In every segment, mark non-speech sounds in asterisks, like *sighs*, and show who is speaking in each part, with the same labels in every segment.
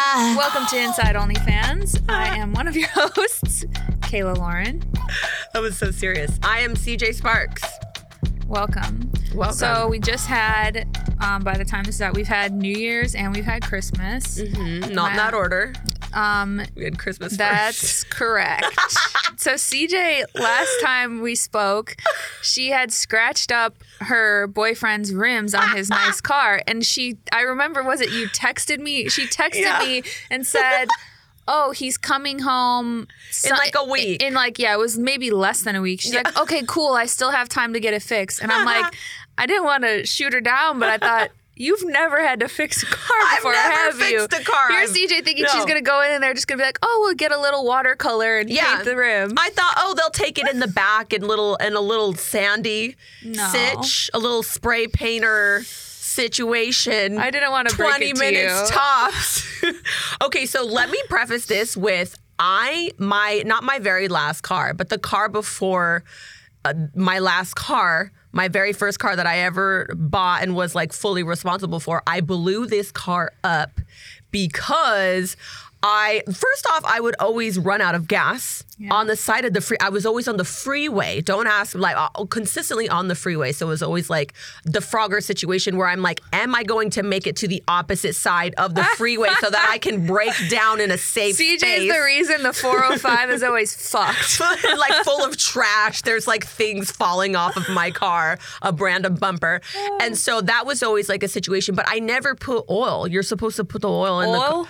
Speaker 1: Welcome to Inside OnlyFans. I am one of your *laughs* hosts, Kayla Lauren.
Speaker 2: That was so serious. I am CJ Sparks.
Speaker 1: Welcome.
Speaker 2: Welcome.
Speaker 1: So we just had, um, by the time this is out, we've had New Year's and we've had Christmas.
Speaker 2: Mhm, Not in that
Speaker 1: Wow.
Speaker 2: order.
Speaker 1: Um,
Speaker 2: We had Christmas first.
Speaker 1: that's correct.
Speaker 2: *laughs*
Speaker 1: so CJ, last time we spoke, she had scratched up her boyfriend's rims on his
Speaker 2: *laughs*
Speaker 1: nice car, and she, I remember, was it you texted me? She texted
Speaker 2: Yeah.
Speaker 1: me and said. Oh, he's coming home so-
Speaker 2: like a week."
Speaker 1: In like, yeah, it was maybe less than a week. She's like, okay, cool. I still have time to get it fixed.
Speaker 2: *laughs*
Speaker 1: And I'm like, I didn't want to shoot her down, but I thought, you've never had to fix a car
Speaker 2: I've
Speaker 1: before,
Speaker 2: never
Speaker 1: have you?
Speaker 2: fixed a car.
Speaker 1: Here's
Speaker 2: I've-
Speaker 1: DJ thinking she's
Speaker 2: No.
Speaker 1: gonna go in and they're just gonna be like, oh, we'll get a little watercolor and
Speaker 2: Yeah.
Speaker 1: paint the rim.
Speaker 2: I thought, oh, they'll take it in the back and little and a little sandy
Speaker 1: No.
Speaker 2: sitch, a little spray painter situation.
Speaker 1: I didn't wanna break
Speaker 2: twenty
Speaker 1: it to
Speaker 2: minutes
Speaker 1: you.
Speaker 2: tops. *laughs* okay, so let me preface this with I my not my very last car, but the car before uh, my last car. My very first car that I ever bought and was like fully responsible for, I blew this car up because I, first off, I would always run out of gas
Speaker 1: Yeah.
Speaker 2: on the side of the free. I was always on the freeway. Don't ask, like uh, consistently on the freeway. So it was always like the Frogger situation where I'm like, am I going to make it to the opposite side
Speaker 1: *laughs*
Speaker 2: of the freeway so that I can break down in a safe
Speaker 1: CJ is
Speaker 2: space?
Speaker 1: the reason the 405 is
Speaker 2: *laughs*
Speaker 1: always fucked.
Speaker 2: like full of trash. There's like things falling off of my car, a random bumper. And so that was always like a situation, but I never put oil. You're supposed to put the oil in the car.
Speaker 1: Oil?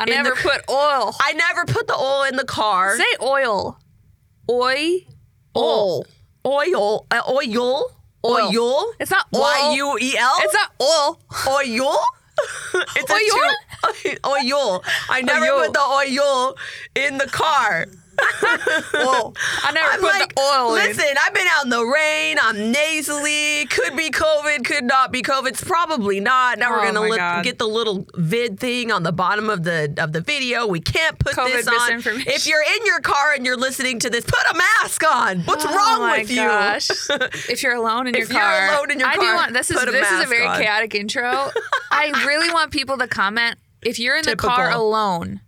Speaker 1: I never
Speaker 2: the-
Speaker 1: put oil.
Speaker 2: I never put the oil in the car.
Speaker 1: Say oil. Oi.
Speaker 2: oil. Oil. Uh, oil.
Speaker 1: Oil.
Speaker 2: Oil.
Speaker 1: It's not oil.
Speaker 2: Y U E L.
Speaker 1: It's not oil.
Speaker 2: oil. *laughs* it's
Speaker 1: Oil?
Speaker 2: A two- *laughs* oil. I never
Speaker 1: Oil.
Speaker 2: put the oil in
Speaker 1: *laughs*
Speaker 2: the car. *laughs*
Speaker 1: Oil. I never
Speaker 2: I'm
Speaker 1: put the oil in.
Speaker 2: listen, I've been out in the rain. I'm nasally. Could be COVID. Could not be COVID. It's probably not. Now
Speaker 1: Oh
Speaker 2: we're gonna
Speaker 1: my
Speaker 2: look,
Speaker 1: God.
Speaker 2: get the little vid thing on the bottom of the of the video. We can't put
Speaker 1: COVID
Speaker 2: this on.
Speaker 1: misinformation.
Speaker 2: If you're in your car and you're listening to this, put a mask on. What's
Speaker 1: Oh
Speaker 2: wrong
Speaker 1: my
Speaker 2: with *laughs* you?
Speaker 1: gosh. *laughs* If you're alone in your
Speaker 2: you're
Speaker 1: car,
Speaker 2: alone in your
Speaker 1: I do
Speaker 2: car,
Speaker 1: want this is
Speaker 2: put a
Speaker 1: this is a
Speaker 2: mask
Speaker 1: very
Speaker 2: on.
Speaker 1: chaotic intro.
Speaker 2: *laughs*
Speaker 1: I really want people to comment if you're in the car
Speaker 2: Typical.
Speaker 1: alone,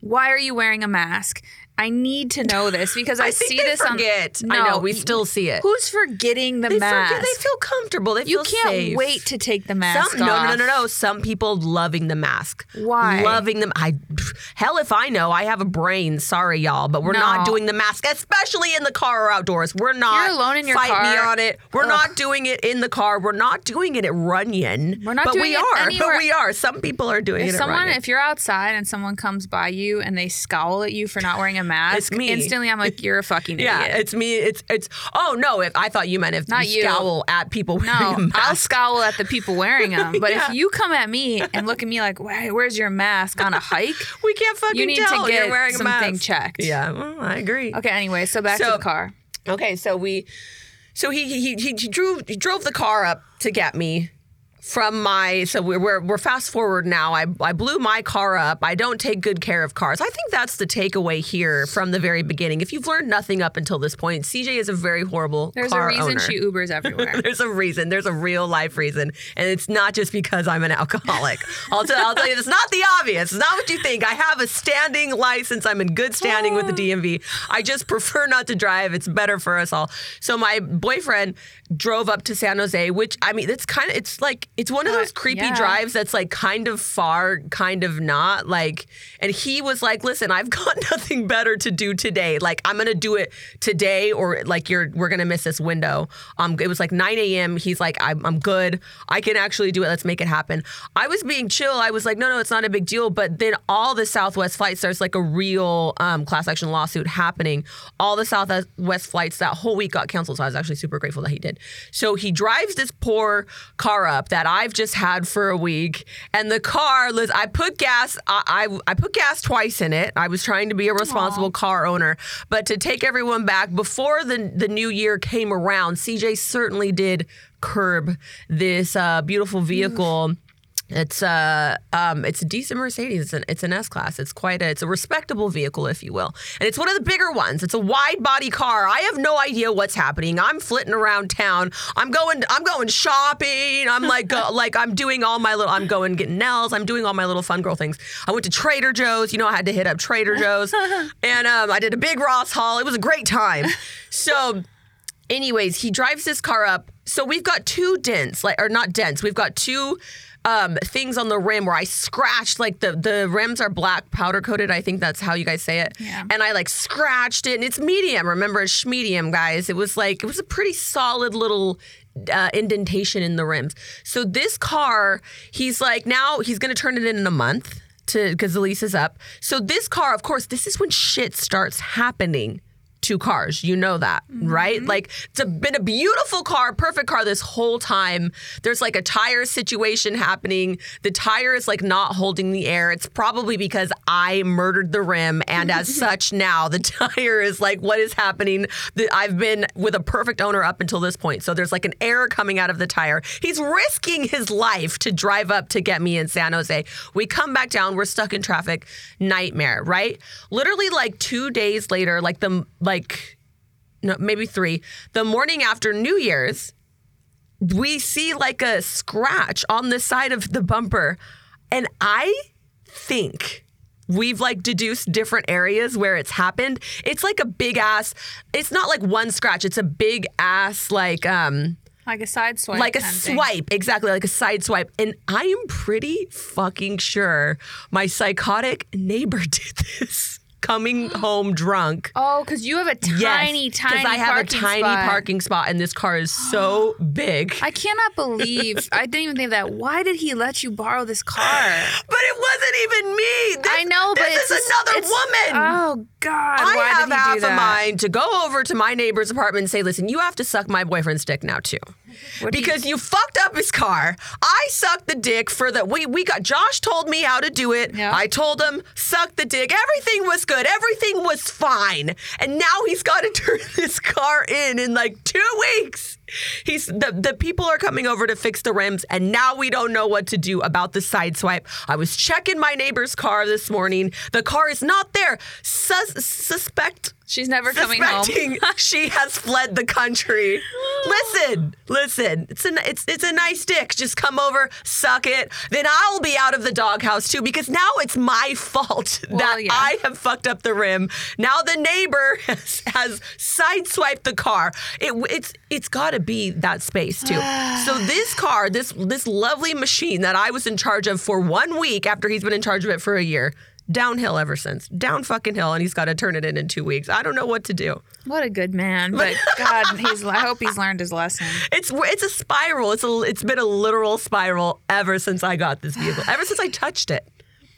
Speaker 1: why are you wearing a mask? I need to know this because I,
Speaker 2: *laughs* I think
Speaker 1: see
Speaker 2: they
Speaker 1: this
Speaker 2: forget.
Speaker 1: on
Speaker 2: I know we still see it.
Speaker 1: Who's forgetting the
Speaker 2: they,
Speaker 1: mask?
Speaker 2: forget, they feel comfortable. They
Speaker 1: you
Speaker 2: feel
Speaker 1: can't
Speaker 2: safe.
Speaker 1: wait to take the mask
Speaker 2: Some, no,
Speaker 1: off.
Speaker 2: no, no, no, no. Some people loving the mask.
Speaker 1: Why?
Speaker 2: Loving them. I pff, hell if I know. I have a brain. Sorry, y'all, but we're
Speaker 1: No.
Speaker 2: not doing the mask, especially in the car or outdoors. We're not.
Speaker 1: You're alone in your
Speaker 2: fight me
Speaker 1: car.
Speaker 2: on it. We're not doing it in the car. We're not doing it at Runyon.
Speaker 1: We're not
Speaker 2: But
Speaker 1: doing
Speaker 2: we
Speaker 1: it
Speaker 2: are. *laughs*
Speaker 1: anywhere.
Speaker 2: But we are. Some people are doing
Speaker 1: If
Speaker 2: it.
Speaker 1: someone,
Speaker 2: at Runyon.
Speaker 1: if you're outside and someone comes by you and they scowl at you for not wearing a mask,
Speaker 2: me.
Speaker 1: instantly I'm like, you're a fucking idiot.
Speaker 2: *laughs* yeah, it's me. It's it's. Oh no! If I thought you meant if
Speaker 1: Not you.
Speaker 2: you scowl at people *laughs* wearing
Speaker 1: No,
Speaker 2: a mask.
Speaker 1: Oh, I'll scowl at the people wearing them. But
Speaker 2: *laughs* Yeah.
Speaker 1: if you come at me and look at me like, "Why- "Where's your mask on a hike?"
Speaker 2: we can't fucking
Speaker 1: You need to
Speaker 2: tell
Speaker 1: get
Speaker 2: you're wearing a
Speaker 1: something
Speaker 2: mask.
Speaker 1: checked.
Speaker 2: Yeah, well, I agree.
Speaker 1: Okay. Anyway, so back to
Speaker 2: So-
Speaker 1: the car.
Speaker 2: Okay, so we, so he he he, he drove he drove the car up to get me from my so we're, we're we're fast forward now I, I blew my car up i don't take good care of cars i think that's the takeaway here from the very beginning if you've learned nothing up until this point cj is a very horrible
Speaker 1: There's
Speaker 2: car
Speaker 1: a reason
Speaker 2: owner.
Speaker 1: she Ubers
Speaker 2: *laughs*
Speaker 1: everywhere.
Speaker 2: there's a reason there's a real life reason and it's not just because i'm an alcoholic I'll, tell, I'll tell you it's not the obvious it's not what you think i have a standing license i'm in good standing with the dmv i just prefer not to drive it's better for us all so my boyfriend drove up to san jose which i mean it's kind of it's like it's one of those creepy
Speaker 1: yeah.
Speaker 2: drives that's like kind of far kind of not like and he was like listen i've got *laughs* nothing better to do today like i'm gonna do it today or like you're we're gonna miss this window um it was like 9 a.m he's like i'm, I'm good i can actually do it let's make it happen i was being chill i was like no no it's not a big deal but then all the southwest flights there's like a real um, class action lawsuit happening all the southwest flights that whole week got canceled so i was actually super grateful that he did so he drives this poor car up that i've just had for a week and the car liz i put gas i i, I put gas twice in it i was trying to be a responsible car owner but to take everyone back before the the new year came around cj certainly did curb this uh, beautiful vehicle It's a um, it's a decent Mercedes. It's an it's an S class. It's quite a it's a respectable vehicle, if you will, and it's one of the bigger ones. It's a wide body car. I have no idea what's happening. I'm flitting around town. I'm going I'm going shopping. I'm like uh, like I'm doing all my little I'm going getting nails. I'm doing all my little fun girl things. I went to Trader Joe's. You know I had to hit up Trader Joe's, and um, I did a big Ross haul. It was a great time. So anyways, he drives this car up. So we've got two dents, like or not dents. We've got two um, things on the rim where I scratched. Like the the rims are black powder coated. I think that's how you guys say it.
Speaker 1: Yeah.
Speaker 2: And I like scratched it, and it's medium. Remember, it's medium, guys. It was like it was a pretty solid little uh, indentation in the rims. So this car, he's like now he's gonna turn it in in a month to because the lease is up. So this car, of course, this is when shit starts happening two cars. You know that, right? Like it's a, been a beautiful car, perfect car this whole time. There's like a tire situation happening. The tire is like not holding the air. It's probably because I murdered the rim, and as such, now the *laughs* tire is like, what is happening? The, I've been with a perfect owner up until this point, so there's like an air coming out of the tire. He's risking his life to drive up to get me in San Jose. We come back down. We're stuck in traffic. Nightmare, right? Literally, like two days later, like the like, no, maybe three. The morning after New Year's, we see like a scratch on the side of the bumper, and I think we've like deduced different areas where it's happened. It's like a big ass. It's not like one scratch. It's a big ass like um
Speaker 1: Like a side swipe.
Speaker 2: like a
Speaker 1: kind of thing.
Speaker 2: swipe exactly like a side swipe and i am pretty fucking sure my psychotic neighbor *laughs* did this coming
Speaker 1: *gasps*
Speaker 2: home drunk
Speaker 1: Oh, because you have a tiny, tiny.
Speaker 2: because i have a
Speaker 1: parking
Speaker 2: tiny
Speaker 1: spot.
Speaker 2: parking spot and this car is
Speaker 1: *gasps*
Speaker 2: so big
Speaker 1: I cannot
Speaker 2: *laughs*
Speaker 1: believe. I didn't even think of that. Why did he let you borrow this car?
Speaker 2: but it wasn't even me this,
Speaker 1: I know, but
Speaker 2: this
Speaker 1: it's
Speaker 2: is
Speaker 1: just-
Speaker 2: another
Speaker 1: it's-
Speaker 2: woman
Speaker 1: Oh God!
Speaker 2: I
Speaker 1: why
Speaker 2: have
Speaker 1: did he
Speaker 2: half
Speaker 1: do that?
Speaker 2: a mind to go over to my neighbor's apartment and say, "Listen, you have to suck my boyfriend's dick now too,
Speaker 1: What do you-
Speaker 2: because you fucked up his car. I sucked the dick for the we we got. Josh told me how to do it.
Speaker 1: Yeah.
Speaker 2: I told him suck the dick. Everything was good. Everything was fine. And now he's got to *laughs* turn this car in in like two weeks. He's the the people are coming over to fix the rims, and now we don't know what to do about the side swipe. I was checking my neighbor's car this morning. The car is not there. Sus- suspect
Speaker 1: She's never coming home.
Speaker 2: suspecting she has fled the country. Listen, listen. It's a it's it's a nice dick. Just come over, suck it. Then I'll be out of the doghouse too because now it's my fault *laughs* that
Speaker 1: yeah.
Speaker 2: I have fucked up the rim. Now the neighbor *laughs* has, has sideswiped the car. It it's it's got to be that space too. so this car, this this lovely machine that I was in charge of for one week after he's been in charge of it for a year. Downhill ever since. Down fucking hill, and he's got to turn it in in two weeks. I don't know what to do.
Speaker 1: What a good
Speaker 2: *laughs*
Speaker 1: man! But God, he's. I hope he's learned his lesson.
Speaker 2: It's it's a spiral. It's a it's been a literal spiral ever since I got this vehicle. Ever since I touched it.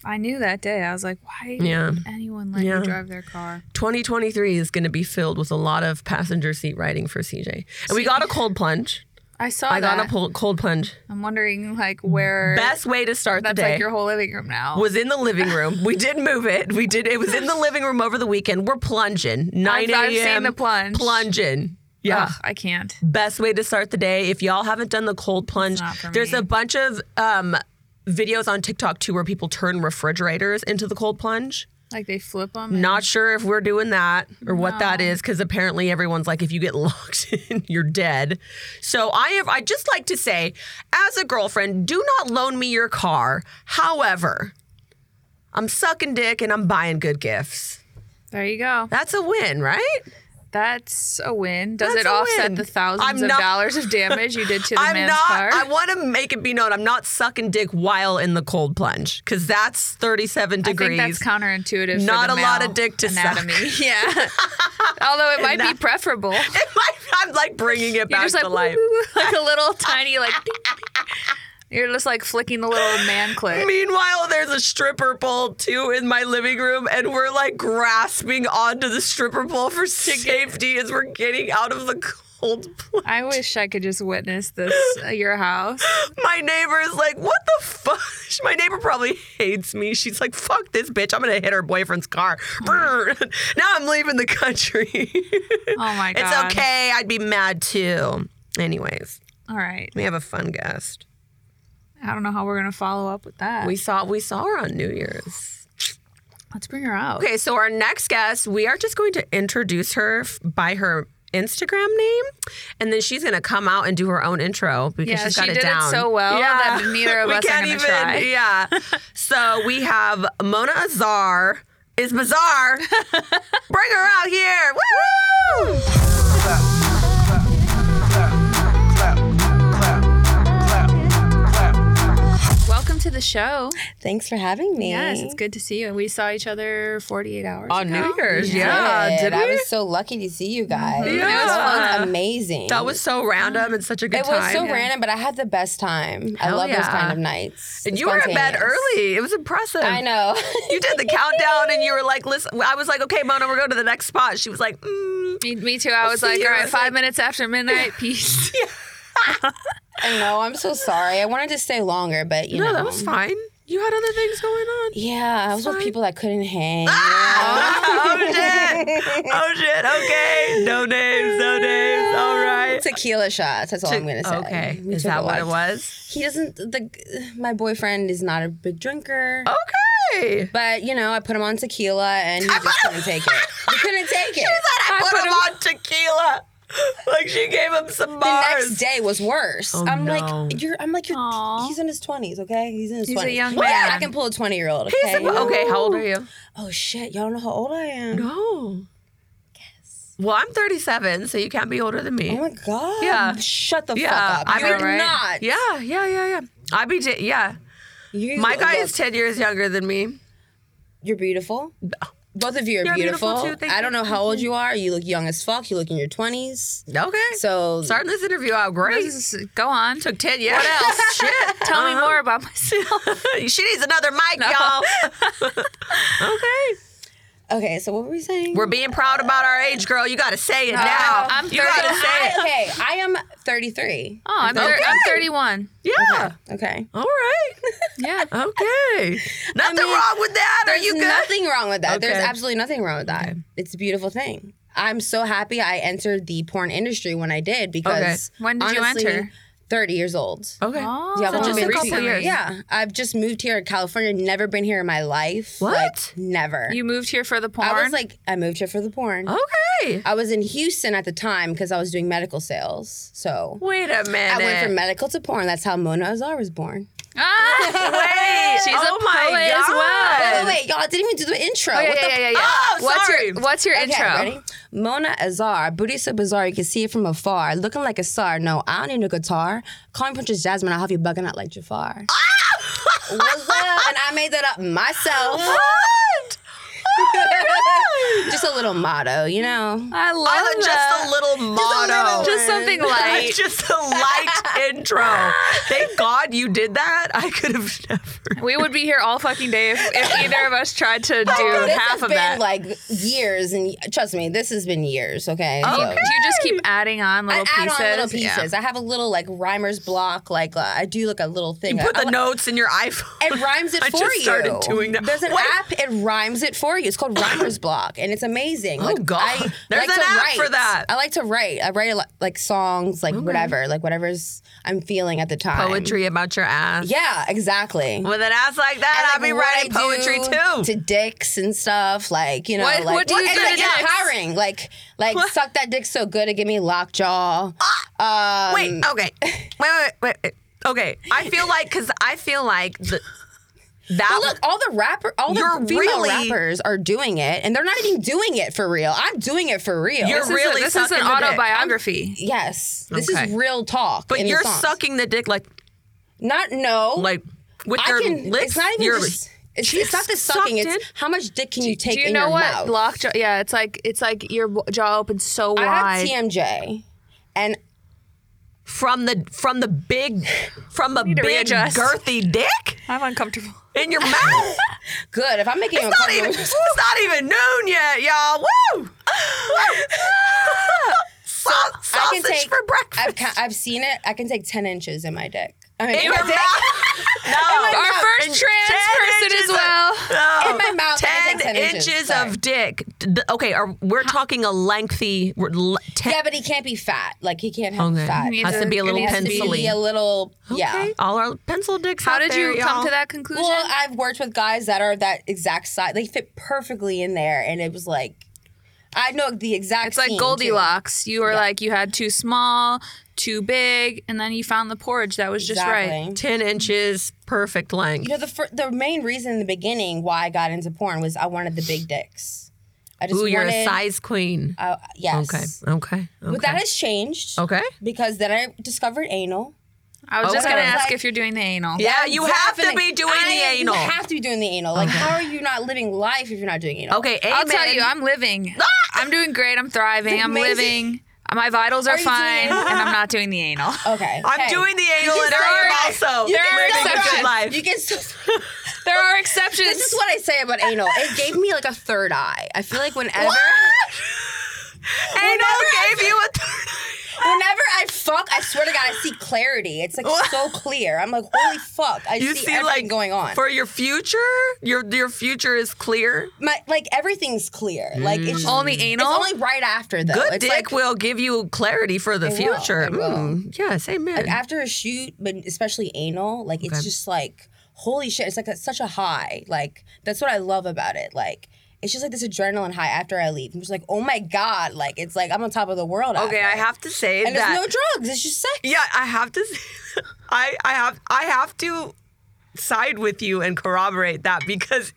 Speaker 1: I knew that day. I was like, why
Speaker 2: Yeah.
Speaker 1: would anyone let
Speaker 2: Yeah.
Speaker 1: you drive their car?
Speaker 2: 2023 is going to be filled with a lot of passenger seat riding for CJ. And we got a cold plunge.
Speaker 1: I saw
Speaker 2: I
Speaker 1: that.
Speaker 2: got a pol- cold plunge.
Speaker 1: I'm wondering like where.
Speaker 2: Best way to start
Speaker 1: that's
Speaker 2: the day.
Speaker 1: like your whole living room now.
Speaker 2: was in the living room. We did move it. We did. It was in the living room over the weekend. We're plunging. 9 a.m.
Speaker 1: I've seen the plunge.
Speaker 2: Plunging. Yeah.
Speaker 1: Ugh, I can't.
Speaker 2: best way to start the day. If y'all haven't done the cold plunge,
Speaker 1: not for
Speaker 2: there's
Speaker 1: me.
Speaker 2: a bunch of um, videos on TikTok too where people turn refrigerators into the cold plunge.
Speaker 1: Like they flip them.
Speaker 2: Not sure if we're doing that or what that is because apparently everyone's like, if you get *laughs* locked in, you're dead. So I have. I just like to say, as a girlfriend, do not loan me your car. However, I'm sucking dick and I'm buying good gifts.
Speaker 1: There you go.
Speaker 2: That's a win, right?
Speaker 1: That's a win. Does
Speaker 2: That's
Speaker 1: it
Speaker 2: a
Speaker 1: offset
Speaker 2: win.
Speaker 1: the 1000s
Speaker 2: I'm
Speaker 1: of
Speaker 2: not-
Speaker 1: dollars of damage you did to the
Speaker 2: *laughs* I'm
Speaker 1: man's
Speaker 2: not.
Speaker 1: car?
Speaker 2: I want to make it be known. I'm not sucking dick while in the cold plunge because that's 37
Speaker 1: I think
Speaker 2: degrees.
Speaker 1: that's counterintuitive.
Speaker 2: Not
Speaker 1: for the
Speaker 2: a lot
Speaker 1: male
Speaker 2: of dick to suck.
Speaker 1: anatomy. *laughs* Yeah. Although it might
Speaker 2: *laughs*
Speaker 1: be
Speaker 2: that-
Speaker 1: preferable.
Speaker 2: *laughs* it might, I'm like bringing it
Speaker 1: You're
Speaker 2: back
Speaker 1: just like,
Speaker 2: to life.
Speaker 1: woo, woo, *laughs* like a
Speaker 2: *laughs*
Speaker 1: little tiny like. *laughs* You're just like flicking the little man clit.
Speaker 2: Meanwhile, there's a stripper pole too in my living room, and we're like grasping onto the stripper
Speaker 1: *laughs*
Speaker 2: pole for safety as we're getting out of the cold plunge.
Speaker 1: I wish I could just witness this at your house.
Speaker 2: My neighbor is like, "What the fuck?" *laughs* My neighbor probably hates me. She's like, "Fuck this bitch! I'm gonna hit her boyfriend's car." Brr. *laughs* Now I'm leaving the country. *laughs*
Speaker 1: Oh my
Speaker 2: It's
Speaker 1: god.
Speaker 2: okay. I'd be mad too. Anyways,
Speaker 1: All right.
Speaker 2: we have a fun guest.
Speaker 1: I don't know how we're gonna follow up with that.
Speaker 2: We saw we saw her on New Year's.
Speaker 1: Let's bring her out.
Speaker 2: Okay, so our next guest, we are just going to introduce her f- by her Instagram name, and then she's going to come out and do her own intro because
Speaker 1: Yeah,
Speaker 2: she's got
Speaker 1: she
Speaker 2: it
Speaker 1: did it
Speaker 2: down.
Speaker 1: so well that neither of
Speaker 2: *laughs* we
Speaker 1: us are
Speaker 2: can't
Speaker 1: gonna
Speaker 2: even.
Speaker 1: try. *laughs*
Speaker 2: Yeah. so we have Mona Azar. Is
Speaker 1: *laughs*
Speaker 2: bizarre. Bring her out here. Woo!
Speaker 1: Welcome to the show.
Speaker 3: Thanks for having me.
Speaker 1: Yes, it's good to see you. We saw each other 48 hours
Speaker 2: On
Speaker 1: ago.
Speaker 2: New Year's,
Speaker 3: Good.
Speaker 2: yeah. Did
Speaker 3: I
Speaker 2: we?
Speaker 3: was so lucky to see you guys.
Speaker 2: Yeah.
Speaker 3: It was amazing.
Speaker 2: that was so random and such a good
Speaker 3: It
Speaker 2: time.
Speaker 3: was so random, but I had the best time. I
Speaker 2: Hell
Speaker 3: love those
Speaker 2: yeah.
Speaker 3: kind of nights.
Speaker 2: And you were in bed
Speaker 3: Spontaneous.
Speaker 2: early. It was impressive.
Speaker 3: I know. *laughs*
Speaker 2: you did the countdown and you were like, listen, I was like, okay, Mona, we're going to the next spot. She was like, mm.
Speaker 1: Me, me too. I was
Speaker 2: see
Speaker 1: like,
Speaker 2: you.
Speaker 1: all
Speaker 2: I
Speaker 1: right,
Speaker 2: was *laughs*
Speaker 1: five minutes after midnight, peace.
Speaker 3: I know. I'm so sorry. I wanted to stay longer, but you
Speaker 2: no,
Speaker 3: know.
Speaker 2: that was fine. You had other things going on.
Speaker 3: Yeah, I was with
Speaker 2: fine.
Speaker 3: people that couldn't
Speaker 2: *laughs*
Speaker 3: hang. *laughs*
Speaker 2: oh, shit. Oh, shit. Okay. No names. No names. All right.
Speaker 3: Tequila shots. That's all I'm gonna say.
Speaker 2: Okay.
Speaker 3: We
Speaker 2: Is
Speaker 3: took
Speaker 2: that
Speaker 3: a
Speaker 2: what it
Speaker 3: lot. *laughs*
Speaker 2: was?
Speaker 3: He doesn't. The my boyfriend is not a big drinker.
Speaker 2: Okay.
Speaker 3: But you know, I put him on tequila, and he just couldn't take
Speaker 2: *laughs*
Speaker 3: it. He couldn't take it.
Speaker 2: I put him on tequila. Like she gave him some
Speaker 3: the
Speaker 2: bars.
Speaker 3: next day was worse.
Speaker 2: Oh,
Speaker 3: I'm
Speaker 2: no.
Speaker 3: like, you're. I'm like, you're.
Speaker 1: Aw.
Speaker 3: He's in his twenties, okay? He's in his
Speaker 1: He's a
Speaker 3: twenties.
Speaker 1: young
Speaker 3: Yeah,
Speaker 1: man.
Speaker 3: I can pull a twenty year old.
Speaker 2: He's
Speaker 3: Okay.
Speaker 2: a- okay. How old are you?
Speaker 3: Oh shit! Y'all don't know how old I am.
Speaker 2: No. Guess. Oh. Well, I'm 37, so you can't be older than me.
Speaker 3: Oh my god.
Speaker 2: Yeah.
Speaker 3: Shut the
Speaker 2: Yeah,
Speaker 3: fuck up.
Speaker 2: I
Speaker 3: you're
Speaker 2: mean, right.
Speaker 3: not.
Speaker 2: Yeah, yeah, yeah, yeah. I be j- yeah.
Speaker 3: You
Speaker 2: My guy
Speaker 3: look-
Speaker 2: is ten years younger than me.
Speaker 3: You're beautiful. Both of you are
Speaker 2: You're beautiful, too. Thank
Speaker 3: I don't
Speaker 2: you.
Speaker 3: know how old you are. You look young as fuck. You look in your twenties.
Speaker 2: Okay.
Speaker 3: So
Speaker 2: starting this interview out great.
Speaker 1: This is- Go on.
Speaker 2: Took ten years. What else? *laughs* Shit.
Speaker 1: *laughs*
Speaker 2: Uh-huh.
Speaker 1: Tell me more about myself.
Speaker 2: she needs another mic, y'all. *laughs* okay.
Speaker 3: Okay. So what were we saying?
Speaker 2: We're being proud about our age, girl. You gotta say it now.
Speaker 1: I'm
Speaker 2: you gotta
Speaker 1: 30.
Speaker 2: say
Speaker 3: I,
Speaker 2: it.
Speaker 3: okay. I am 33.
Speaker 1: Oh, I'm, thir- I'm 31.
Speaker 2: Yeah.
Speaker 3: Okay.
Speaker 2: All right.
Speaker 1: Yeah.
Speaker 2: *laughs* Okay. Nothing
Speaker 3: mean,
Speaker 2: wrong with that. Are you
Speaker 3: There's
Speaker 2: good?
Speaker 3: nothing wrong with that. There's
Speaker 2: Okay.
Speaker 3: absolutely nothing wrong with that. It's a beautiful thing. I'm so happy I entered the porn industry when I did because
Speaker 1: Okay. When did you
Speaker 3: honestly,
Speaker 1: enter?
Speaker 3: 30 years old.
Speaker 2: Okay.
Speaker 1: Oh.
Speaker 3: Yeah,
Speaker 1: So
Speaker 3: I've
Speaker 1: just
Speaker 3: only
Speaker 1: a
Speaker 3: been
Speaker 1: couple
Speaker 3: recently-
Speaker 1: years.
Speaker 3: Yeah, I've just moved here in California. Never been here in my life.
Speaker 2: What?
Speaker 3: Like, never.
Speaker 1: You moved here for the porn? Oh.
Speaker 3: I was like, I moved here for the porn.
Speaker 2: Okay.
Speaker 3: I was in Houston at the time because I was doing medical sales. So
Speaker 2: Wait a minute.
Speaker 3: I went from medical to porn. That's how Mona Azar was born. *laughs*
Speaker 1: ah,
Speaker 2: Wait.
Speaker 1: She's
Speaker 2: oh
Speaker 1: a
Speaker 2: my
Speaker 1: poet as
Speaker 2: God.
Speaker 1: well.
Speaker 3: Wait, wait, wait, y'all I didn't even do the intro.
Speaker 1: Oh, yeah,
Speaker 3: Oh, What the
Speaker 1: yeah, yeah, yeah.
Speaker 2: Oh,
Speaker 1: what's
Speaker 2: sorry.
Speaker 1: your, what's your intro?
Speaker 3: ready? Mona Azar, booty so bizarre you can see it from afar, looking like a star. No, I don't need no guitar. Call me Princess Jasmine, I'll have you bugging out like Jafar.
Speaker 1: Ah!
Speaker 3: *laughs* What's up? And I made that up myself. *laughs*
Speaker 2: What?
Speaker 3: Just a little motto, you know.
Speaker 1: I love
Speaker 2: I like
Speaker 1: that.
Speaker 2: just a little motto.
Speaker 1: Just
Speaker 2: *laughs*
Speaker 1: something
Speaker 3: *laughs*
Speaker 1: light.
Speaker 2: just a light intro. Thank God you did that. I could have *laughs* never.
Speaker 1: we would be here all fucking day if,
Speaker 3: *laughs*
Speaker 1: if either of us tried to do
Speaker 3: Oh, this
Speaker 1: half
Speaker 3: has
Speaker 1: of
Speaker 3: been
Speaker 1: that.
Speaker 3: like years, and trust me, this has been years. Okay,
Speaker 1: Do you-
Speaker 3: So-
Speaker 1: Do you just keep adding on
Speaker 3: I
Speaker 1: little
Speaker 3: add
Speaker 1: pieces?
Speaker 3: on little
Speaker 1: Yeah.
Speaker 3: pieces. I have a little like rhymer's block. Like uh, I do like a little thing.
Speaker 2: Put
Speaker 3: I-
Speaker 2: the notes in your iPhone.
Speaker 3: It rhymes
Speaker 2: *laughs*
Speaker 3: it
Speaker 2: I
Speaker 3: for
Speaker 2: just
Speaker 3: you.
Speaker 2: started doing that.
Speaker 3: There's an
Speaker 2: Wait.
Speaker 3: app. It rhymes it for you. It's
Speaker 2: *clears throat*
Speaker 3: called Rhymer's Block, and it's amazing. Oh
Speaker 2: God. There's an app for that.
Speaker 3: I like to write. I write a lot, like songs, like whatever, like whatever's I'm feeling at the time.
Speaker 2: Poetry about your ass.
Speaker 3: Yeah, exactly.
Speaker 2: With an ass like that,
Speaker 3: And,
Speaker 2: I'd be
Speaker 3: like, what
Speaker 2: writing
Speaker 3: I
Speaker 2: poetry
Speaker 3: do
Speaker 2: too.
Speaker 3: To dicks and stuff, like you know,
Speaker 1: What-
Speaker 3: like
Speaker 1: what do you
Speaker 3: it's
Speaker 1: do to
Speaker 3: like
Speaker 1: dicks?
Speaker 3: empowering, like like suck that dick so good it give me lockjaw. Um,
Speaker 2: wait, okay.
Speaker 3: *laughs*
Speaker 2: Wait, wait, wait, wait. Okay. I feel like, because I feel like the, that.
Speaker 3: But look, all the rapper, all the
Speaker 2: Oh, You're
Speaker 3: female
Speaker 2: really-
Speaker 3: rappers are doing it, and they're not even doing it for real. I'm doing it for real.
Speaker 2: You're
Speaker 1: This is a-
Speaker 2: really
Speaker 1: this is an
Speaker 2: sucking the dick.
Speaker 1: autobiography.
Speaker 3: yes, this
Speaker 2: Okay.
Speaker 3: is real talk.
Speaker 2: but
Speaker 3: in the
Speaker 2: you're
Speaker 3: songs.
Speaker 2: sucking the dick like,
Speaker 3: Not no,
Speaker 2: like with
Speaker 3: I
Speaker 2: your
Speaker 3: can.
Speaker 2: lips.
Speaker 3: it's not even
Speaker 2: You're-
Speaker 3: just. It's, it's not the
Speaker 2: Just
Speaker 3: sucking.
Speaker 2: sucked
Speaker 3: It's
Speaker 2: it?
Speaker 3: how much dick can you take
Speaker 1: Do you
Speaker 3: in
Speaker 1: know
Speaker 3: your
Speaker 1: what
Speaker 3: mouth?
Speaker 1: lockjaw? Yeah, it's like it's like your w- jaw opens so wide.
Speaker 3: I have TMJ, and
Speaker 2: from the from the big from a
Speaker 1: to
Speaker 2: big
Speaker 1: readjust.
Speaker 2: girthy dick
Speaker 1: I'm uncomfortable.
Speaker 2: in your *laughs* mouth.
Speaker 3: good. If I'm making a
Speaker 2: It's not even it's not even noon yet, y'all. Woo! *laughs* so, sausage for breakfast.
Speaker 3: I've, ca- I've seen it. I can take ten inches in my dick. I mean,
Speaker 2: in
Speaker 3: my
Speaker 2: your *laughs*
Speaker 3: dick.
Speaker 2: mouth. no.
Speaker 1: Our first
Speaker 2: And
Speaker 1: trans
Speaker 2: 10
Speaker 1: person
Speaker 2: inches
Speaker 1: as
Speaker 2: of-
Speaker 1: well.
Speaker 2: No.
Speaker 3: In my mouth, I
Speaker 2: Ten,
Speaker 3: said 10
Speaker 2: inches,
Speaker 3: inches, sorry.
Speaker 2: of dick. D- d- Okay, are, we're talking a lengthy. We're l- ten,
Speaker 3: Yeah, but he can't be fat. Like he can't have
Speaker 2: Okay.
Speaker 3: fat.
Speaker 1: He
Speaker 2: has to be a
Speaker 1: It
Speaker 2: little
Speaker 1: needs
Speaker 3: has to be a
Speaker 2: pencily.
Speaker 3: little yeah.
Speaker 2: Okay, all our pencil dicks.
Speaker 1: How
Speaker 2: out
Speaker 1: did
Speaker 2: there,
Speaker 1: you come
Speaker 2: y'all.
Speaker 1: to that conclusion?
Speaker 3: Well, I've worked with guys that are that exact size. They fit perfectly in there, and it was like, I know the exact.
Speaker 1: it's like
Speaker 3: scene, too.
Speaker 1: Goldilocks. You were
Speaker 3: Yeah.
Speaker 1: like you had too small, too big, and then you found the porridge that was just right.
Speaker 3: Exactly.
Speaker 2: Ten inches, perfect length.
Speaker 3: You know, the fir- the main reason in the beginning why I got into porn was I wanted the big dicks. I just
Speaker 2: Ooh, you're
Speaker 3: wanted,
Speaker 2: a size queen.
Speaker 3: Uh, yes.
Speaker 2: Okay, okay, okay.
Speaker 3: But that has changed.
Speaker 2: okay.
Speaker 3: Because then I discovered anal.
Speaker 1: I was just
Speaker 2: Okay.
Speaker 1: gonna ask
Speaker 3: Like-
Speaker 1: if you're doing the anal.
Speaker 2: Yeah, you have to
Speaker 3: Definitely.
Speaker 2: be doing
Speaker 3: I-
Speaker 2: the anal.
Speaker 3: You have to be doing the anal. Like, how are you not living life if you're not doing anal?
Speaker 2: okay, amen.
Speaker 1: I'll tell you, I'm
Speaker 3: *laughs*
Speaker 1: living. I'm doing great. I'm thriving. I'm
Speaker 3: Ah! amazing.
Speaker 1: living. My vitals are
Speaker 3: you doing
Speaker 1: fine, and
Speaker 3: anal?
Speaker 1: I'm not doing the
Speaker 3: *laughs*
Speaker 1: anal.
Speaker 3: Okay.
Speaker 2: I'm
Speaker 3: hey.
Speaker 2: doing the anal and
Speaker 1: still
Speaker 2: I
Speaker 1: drive.
Speaker 2: am also.
Speaker 1: You can
Speaker 2: we're
Speaker 1: still
Speaker 2: exception
Speaker 1: drive.
Speaker 2: life.
Speaker 3: You can still.
Speaker 1: There are exceptions.
Speaker 3: This is what I say about anal. It gave me like a third eye. I feel like whenever
Speaker 2: anal gave you
Speaker 3: *laughs*
Speaker 2: a third
Speaker 3: whenever I fuck, I swear to God, I see clarity. It's like so clear. I'm like, holy fuck. I
Speaker 2: You
Speaker 3: see,
Speaker 2: see,
Speaker 3: everything
Speaker 2: like
Speaker 3: going on.
Speaker 2: for your future. Your your future is clear.
Speaker 3: My, like everything's clear. Like it's just,
Speaker 1: only
Speaker 3: it's
Speaker 1: anal.
Speaker 3: only right after though.
Speaker 2: Good
Speaker 3: Oh, it's
Speaker 2: dick
Speaker 3: like
Speaker 2: will give you clarity for the
Speaker 3: It will,
Speaker 2: future.
Speaker 3: it will.
Speaker 2: Mm, yes, amen.
Speaker 3: like after a shoot, but especially anal, like
Speaker 2: Okay.
Speaker 3: it's just like holy shit. It's like a, such a high. Like that's what I love about it. Like it's just like this adrenaline high after I leave. I'm just like, oh my god. Like it's like I'm on top of the world.
Speaker 2: okay, I
Speaker 3: after.
Speaker 2: have to say
Speaker 3: and there's
Speaker 2: that.
Speaker 3: no drugs. It's just sex.
Speaker 2: yeah, I have to. Say, *laughs* I I have I have to side with you and corroborate that because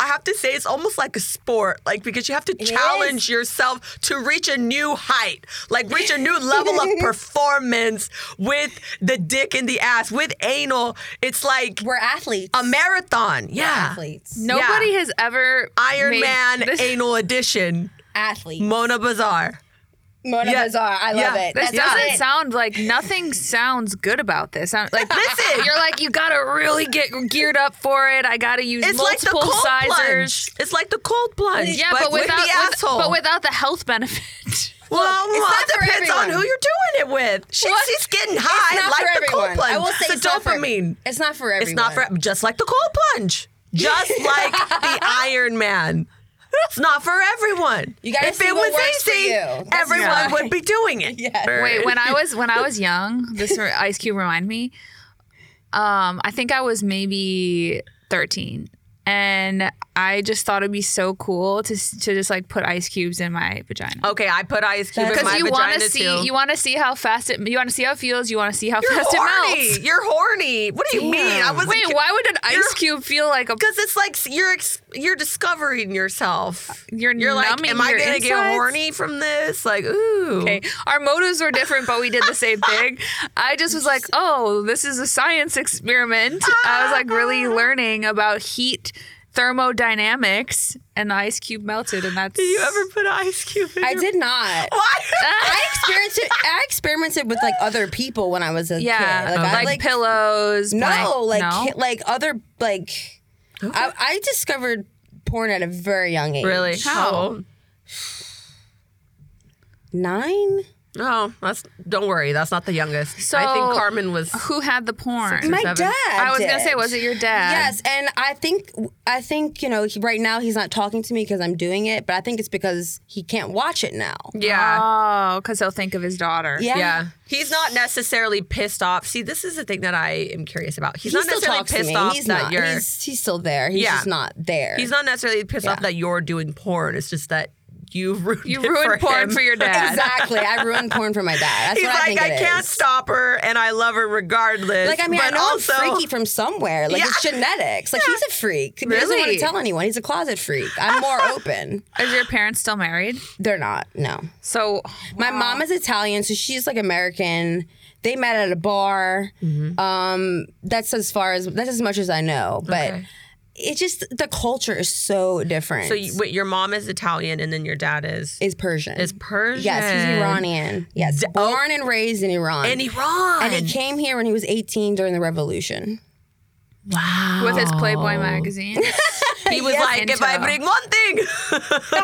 Speaker 2: I have to say it's almost like a sport. Like because you have to challenge yourself to reach a new height, like reach a new level of performance with the dick in the ass with anal. It's like
Speaker 3: We're athletes.
Speaker 2: a marathon. Um, Yeah.
Speaker 3: athletes.
Speaker 1: Nobody
Speaker 2: Yeah.
Speaker 1: has ever
Speaker 2: Iron
Speaker 1: made
Speaker 2: Man
Speaker 1: this- *laughs*
Speaker 2: anal edition.
Speaker 3: Athletes.
Speaker 2: Mona Bazaar.
Speaker 3: Mona
Speaker 2: Yeah.
Speaker 3: Bazaar. I love
Speaker 2: Yeah.
Speaker 3: it.
Speaker 1: This
Speaker 3: That's
Speaker 2: Yeah.
Speaker 1: doesn't
Speaker 3: it.
Speaker 1: sound like nothing sounds good about this. I'm like, *laughs*
Speaker 2: Listen.
Speaker 1: you're like, you gotta really get geared up for it. I gotta use
Speaker 2: It's like the
Speaker 1: multiple
Speaker 2: cold
Speaker 1: sizers.
Speaker 2: plunge. It's like the cold plunge.
Speaker 1: Yeah, but, without
Speaker 2: with the
Speaker 1: with-
Speaker 2: asshole.
Speaker 1: but without the health benefit. *laughs*
Speaker 2: well,
Speaker 3: it's
Speaker 2: well,
Speaker 3: not
Speaker 2: it
Speaker 3: for
Speaker 2: depends on
Speaker 3: everyone.
Speaker 2: who you're doing it with. She,
Speaker 1: What?
Speaker 2: she's getting
Speaker 3: It's
Speaker 2: high
Speaker 3: not
Speaker 2: like
Speaker 3: for
Speaker 2: the cold
Speaker 3: everyone.
Speaker 2: plunge.
Speaker 3: I will say
Speaker 2: the
Speaker 3: it's not for-
Speaker 2: dopamine.
Speaker 3: it's not for everyone.
Speaker 2: It's not for just like the cold plunge.
Speaker 3: *laughs*
Speaker 2: Just like the Iron Man. It's not for everyone.
Speaker 3: You gotta
Speaker 2: if
Speaker 3: see
Speaker 2: it
Speaker 3: what
Speaker 2: was
Speaker 3: works for
Speaker 2: easy,
Speaker 3: you. That's
Speaker 2: everyone
Speaker 3: right.
Speaker 2: would be doing it.
Speaker 3: *laughs* Yes.
Speaker 1: Wait, when I was when I was young, this re- Ice Cube remind me. Um, I think I was maybe thirteen, and I just thought it'd be so cool to s- to just like put ice cubes in my vagina.
Speaker 2: okay, I put ice cube Oh, in
Speaker 1: Because
Speaker 2: my
Speaker 1: you want
Speaker 2: vagina
Speaker 1: to see,
Speaker 2: too.
Speaker 1: you want to see how fast it, you want to see how it feels, you want to see how
Speaker 2: You're
Speaker 1: fast
Speaker 2: horny.
Speaker 1: it melts.
Speaker 2: *laughs* You're horny. What do you mean? I wasn't.
Speaker 1: Wait, why would an ice cube feel like a?
Speaker 2: Because it's like s- you're ex- you're discovering yourself.
Speaker 1: You're
Speaker 2: like,
Speaker 1: numbing
Speaker 2: am I
Speaker 1: your
Speaker 2: gonna get
Speaker 1: insides?
Speaker 2: horny from this? Like, ooh.
Speaker 1: Okay, our motives were different, but we did the same thing. I just was like, oh, this is a science experiment. I was like really learning about heat thermodynamics, and the ice cube melted, and that's.
Speaker 2: Did you ever put an ice cube? in
Speaker 3: I Ah,
Speaker 2: your- *laughs*
Speaker 3: did not.
Speaker 2: Why?
Speaker 3: I experienced it. I experimented with like other people when I was
Speaker 1: *laughs*
Speaker 3: a
Speaker 1: Yeah,
Speaker 3: kid.
Speaker 1: like,
Speaker 3: I,
Speaker 1: pillows.
Speaker 3: No,
Speaker 1: blank-
Speaker 3: like ki- like other like. I, I discovered porn at a very young age.
Speaker 2: Really?
Speaker 1: How?
Speaker 2: Oh,
Speaker 3: Nine?
Speaker 2: No, that's. Don't worry. That's not the youngest.
Speaker 1: So-
Speaker 2: I think Carmen was.
Speaker 3: uh,
Speaker 1: Who had the porn?
Speaker 3: My
Speaker 2: seven.
Speaker 3: dad.
Speaker 1: I was gonna say,
Speaker 3: did.
Speaker 1: was it your dad?
Speaker 3: Yes, and I think I think you know he, right now he's not talking to me because I'm doing it, but I think it's because he can't watch it now.
Speaker 2: Yeah.
Speaker 1: Oh, because he'll think of his daughter.
Speaker 3: Yeah.
Speaker 2: yeah, he's not necessarily pissed off. See, this is the thing that I am curious about. He's
Speaker 3: he
Speaker 2: not
Speaker 3: still
Speaker 2: necessarily
Speaker 3: talks to
Speaker 2: pissed
Speaker 3: me.
Speaker 2: off
Speaker 3: he's
Speaker 2: that
Speaker 3: not.
Speaker 2: you're.
Speaker 3: He's, he's still there. He's
Speaker 2: Yeah.
Speaker 3: just not there.
Speaker 2: He's not necessarily pissed off
Speaker 3: Yeah.
Speaker 2: that you're doing porn. It's just that you've *laughs* ruined
Speaker 1: You
Speaker 2: it
Speaker 1: ruined
Speaker 2: for
Speaker 1: porn
Speaker 2: him.
Speaker 1: for
Speaker 2: *laughs*
Speaker 1: your dad.
Speaker 3: exactly. I ruined porn for my dad. That's
Speaker 2: He's
Speaker 3: what I
Speaker 2: like,
Speaker 3: think
Speaker 2: I,
Speaker 3: it
Speaker 2: can't
Speaker 3: is.
Speaker 2: stop her, and I love her regardless.
Speaker 3: Like I mean, I
Speaker 2: but
Speaker 3: know
Speaker 2: also,
Speaker 3: I'm freaky from somewhere. Like
Speaker 2: Yeah.
Speaker 3: it's genetics. Like he's a freak. He doesn't want
Speaker 1: Really?
Speaker 3: to tell anyone. He's a closet freak.
Speaker 2: *laughs*
Speaker 3: I'm more open.
Speaker 1: Is your parents still married?
Speaker 3: They're not. No.
Speaker 1: So
Speaker 3: My mom is Italian, so she's like American. They met at a bar.
Speaker 2: Mm-hmm.
Speaker 3: Um, that's as far as that's as much as I know. But
Speaker 2: Okay.
Speaker 3: it just the culture is so different.
Speaker 2: So you, wait, your mom is Italian, and then your dad is
Speaker 3: is Persian.
Speaker 2: is Persian.
Speaker 3: Yes, he's Iranian. Yes,
Speaker 2: oh.
Speaker 3: born and raised in Iran.
Speaker 2: In Iran.
Speaker 3: And he came here when he was 18 during the revolution.
Speaker 2: wow.
Speaker 1: with his Playboy magazine.
Speaker 2: he was
Speaker 1: Yes.
Speaker 2: like, if I
Speaker 1: Intel.
Speaker 2: bring one thing,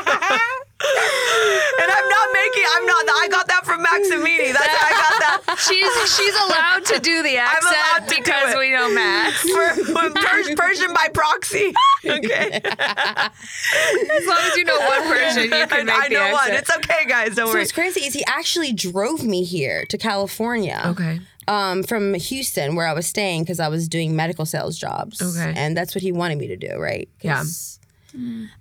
Speaker 2: *laughs* And I'm not making. I'm not. I got that from Maximini. That's how I got
Speaker 1: *laughs*
Speaker 2: that.
Speaker 1: She's she's allowed to do
Speaker 2: *laughs*
Speaker 1: the
Speaker 2: allowed
Speaker 1: accent
Speaker 2: to do
Speaker 1: because
Speaker 2: it.
Speaker 1: we know Max.
Speaker 2: *laughs* For, for Pers- Persian by proxy. *laughs*
Speaker 3: *laughs*
Speaker 2: Okay.
Speaker 1: As long as you know one person, you
Speaker 2: *laughs* I,
Speaker 1: can make
Speaker 2: I
Speaker 1: the
Speaker 2: know one.
Speaker 1: accent.
Speaker 2: It's okay, guys. Don't
Speaker 3: So
Speaker 2: worry.
Speaker 3: what's crazy is he actually drove me here to California.
Speaker 2: Okay.
Speaker 3: Um, from Houston where I was staying because I was doing medical sales jobs.
Speaker 2: Okay.
Speaker 3: And that's what he wanted me to do, right?
Speaker 2: Yeah.
Speaker 3: 'Cause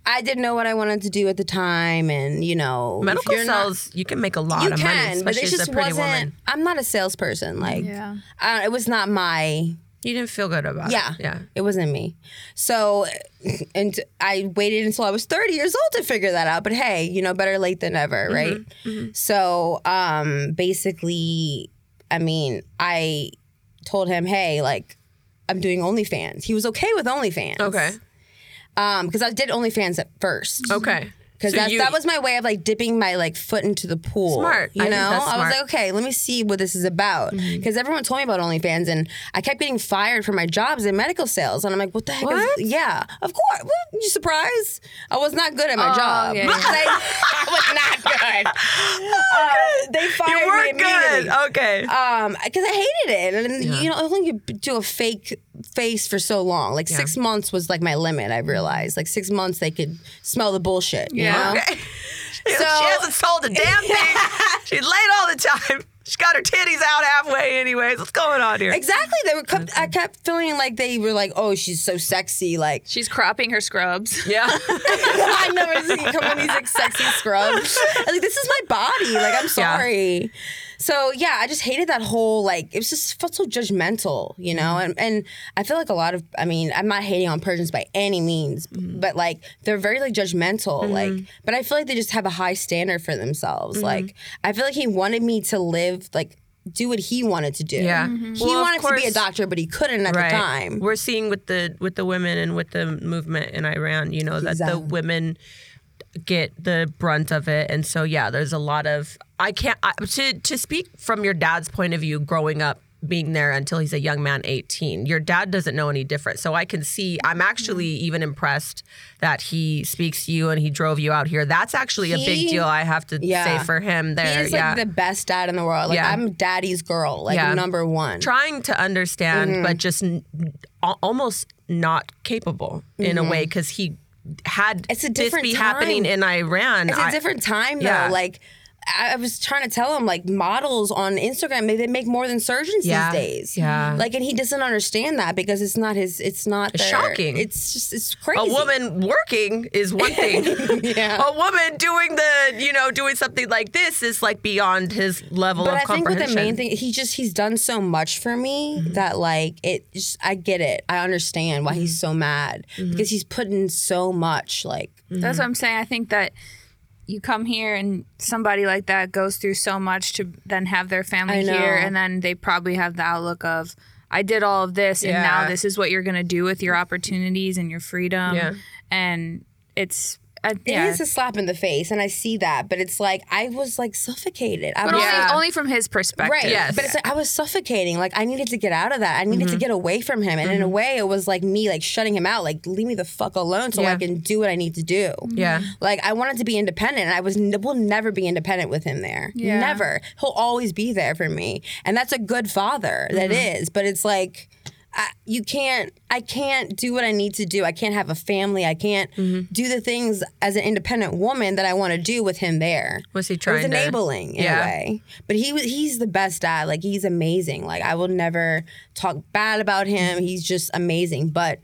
Speaker 3: I didn't know what I wanted to do at the time, and you know, if
Speaker 2: Medical
Speaker 3: you're not-
Speaker 2: cells, you can make a lot
Speaker 3: you
Speaker 2: of
Speaker 3: can,
Speaker 2: money, especially
Speaker 3: but it
Speaker 2: as
Speaker 3: just
Speaker 2: a pretty
Speaker 3: wasn't.
Speaker 2: woman.
Speaker 3: I'm not a salesperson. Like,
Speaker 1: Yeah.
Speaker 3: I, it was not my.
Speaker 2: You didn't feel good about
Speaker 3: Yeah,
Speaker 2: it. Yeah.
Speaker 3: it wasn't me. So, and I waited until I was 30 years old to figure that out. But hey, you know, better late than ever,
Speaker 2: Mm-hmm,
Speaker 3: right? So, um, basically, I mean, I told him, hey, like, I'm doing OnlyFans. He was okay with OnlyFans.
Speaker 2: Okay.
Speaker 3: Um, because I did OnlyFans at first. *laughs*
Speaker 2: Okay.
Speaker 3: Because
Speaker 2: So
Speaker 3: that's
Speaker 2: you-
Speaker 3: that was my way of like dipping my like foot into the pool.
Speaker 2: Smart.
Speaker 3: you
Speaker 2: I
Speaker 3: know.
Speaker 2: think that's
Speaker 3: I was
Speaker 2: smart. Mm-hmm.
Speaker 3: like, okay, let me see what this is about. Because everyone told me about OnlyFans, and I kept getting fired from my jobs in medical sales, and I'm like, what the heck? is-
Speaker 2: What?
Speaker 3: yeah, of course. What? You surprised? I was not good at my
Speaker 1: Oh,
Speaker 3: job. *laughs*
Speaker 1: yeah, yeah.
Speaker 3: Like, I was not
Speaker 2: *laughs*
Speaker 3: good. Uh, they fired
Speaker 2: You were
Speaker 3: me immediately.
Speaker 2: good. Okay.
Speaker 3: Um, because I hated it, and you know, I only could do a fake face for so long. Like six months was like my limit. I realized, like six months, they could smell the bullshit. You
Speaker 1: Yeah.
Speaker 3: know?
Speaker 2: Okay.
Speaker 3: So-
Speaker 2: she hasn't sold a damn thing. She's late all the time. She got her titties out halfway, anyways. What's going on here?
Speaker 3: Exactly. They were. Kept,
Speaker 2: Mm-hmm.
Speaker 3: I kept feeling like they were like, "Oh, she's so
Speaker 2: *laughs*
Speaker 3: sexy." Like *laughs*
Speaker 1: She's cropping her scrubs.
Speaker 2: Yeah.
Speaker 3: I never seen you come in these like sexy scrubs. I'm like this is my body. Like I'm
Speaker 2: Yeah.
Speaker 3: sorry. So yeah, I just hated that whole like it was just felt so judgmental, you know.
Speaker 2: Mm-hmm.
Speaker 3: And and I feel like a lot of I mean I'm not hating on Persians by any means,
Speaker 2: Mm-hmm.
Speaker 3: but like they're very like judgmental. Like, but I feel like they just have a high standard for themselves.
Speaker 2: Mm-hmm.
Speaker 3: Like I feel like he wanted me to live like. Do what he wanted to do.
Speaker 2: Yeah. Mhm.
Speaker 3: he
Speaker 2: Well, of
Speaker 3: wanted to be a
Speaker 2: course-
Speaker 3: doctor, but he couldn't at
Speaker 2: right.
Speaker 3: the time.
Speaker 2: We're seeing with the with the women and with the movement in Iran, you know, that
Speaker 3: Exactly.
Speaker 2: the women get the brunt of it. And so yeah, there's a lot of I can't I, to to speak from your dad's point of view growing up being there until he's a young man 18. Your dad doesn't know any different. So I can see I'm actually
Speaker 3: Mm-hmm.
Speaker 2: even impressed that he speaks to you and he drove you out here. That's actually a
Speaker 3: He-
Speaker 2: big deal I have to
Speaker 3: Yeah.
Speaker 2: say for him there.
Speaker 3: He's like
Speaker 2: yeah.
Speaker 3: the best dad in the world. Like
Speaker 2: Yeah.
Speaker 3: I'm daddy's girl, like
Speaker 2: Yeah.
Speaker 3: number one.
Speaker 2: trying to understand,
Speaker 3: Mm-hmm.
Speaker 2: but just n- al- almost not capable in a way because he had
Speaker 3: Mm-hmm. It's a
Speaker 2: this
Speaker 3: different
Speaker 2: be
Speaker 3: time.
Speaker 2: happening in Iran.
Speaker 3: it's a
Speaker 2: I-
Speaker 3: different time though.
Speaker 2: Yeah.
Speaker 3: Like I I was trying to tell him, like models on Instagram, they they make more than surgeons
Speaker 2: Yeah.
Speaker 3: these days.
Speaker 2: Yeah.
Speaker 3: Like, and he doesn't understand that because it's not his. It's not their-
Speaker 2: shocking.
Speaker 3: It's just it's crazy.
Speaker 2: a woman working is one thing.
Speaker 3: *laughs* Yeah.
Speaker 2: A woman doing the, you know, doing something like this is like beyond his level
Speaker 3: But
Speaker 2: of
Speaker 3: I think with
Speaker 2: comprehension. Mm-hmm.
Speaker 3: the main thing, he just he's done so much for me that like it. Just, I get it. I understand why he's
Speaker 2: Mm-hmm.
Speaker 3: so mad because he's putting so much. Like
Speaker 1: That's what I'm saying. I think that you come here and somebody like that goes through so much to then have their
Speaker 3: I
Speaker 1: family
Speaker 3: know.
Speaker 1: here, and then they probably have the outlook of, I did all of this, and now
Speaker 2: Yeah.
Speaker 1: this is what you're going to do with your opportunities and your freedom.
Speaker 2: Yeah.
Speaker 1: And it's, I
Speaker 3: It is
Speaker 1: yeah.
Speaker 3: a slap in the face, and I see that, but it's like I was like suffocated. I
Speaker 1: but
Speaker 3: was
Speaker 1: only,
Speaker 2: Yeah.
Speaker 1: only from his perspective.
Speaker 3: right,
Speaker 2: Yes.
Speaker 3: but it's like I was suffocating. Like I needed to get out of that. I needed to
Speaker 1: Mm-hmm.
Speaker 3: get away from him, and in a way, it was like me like shutting him out. Like leave me the fuck alone so I
Speaker 2: Yeah.
Speaker 3: can do what I need to do.
Speaker 2: Yeah.
Speaker 3: Like I wanted to be independent, and I was n- will never be independent with him there.
Speaker 1: Yeah.
Speaker 3: Never. He'll always be there for me, and that's a good father. that is, but it's like. I, you can't. I can't do what I need to do. I can't have a family. I can't do the things as an independent woman that I want to do with him there.
Speaker 2: Was he
Speaker 3: It was
Speaker 2: trying to-
Speaker 3: enabling in a
Speaker 2: Yeah.
Speaker 3: way. But he was. He's the best dad. Like he's amazing. Like I will never talk bad about him. He's just amazing. But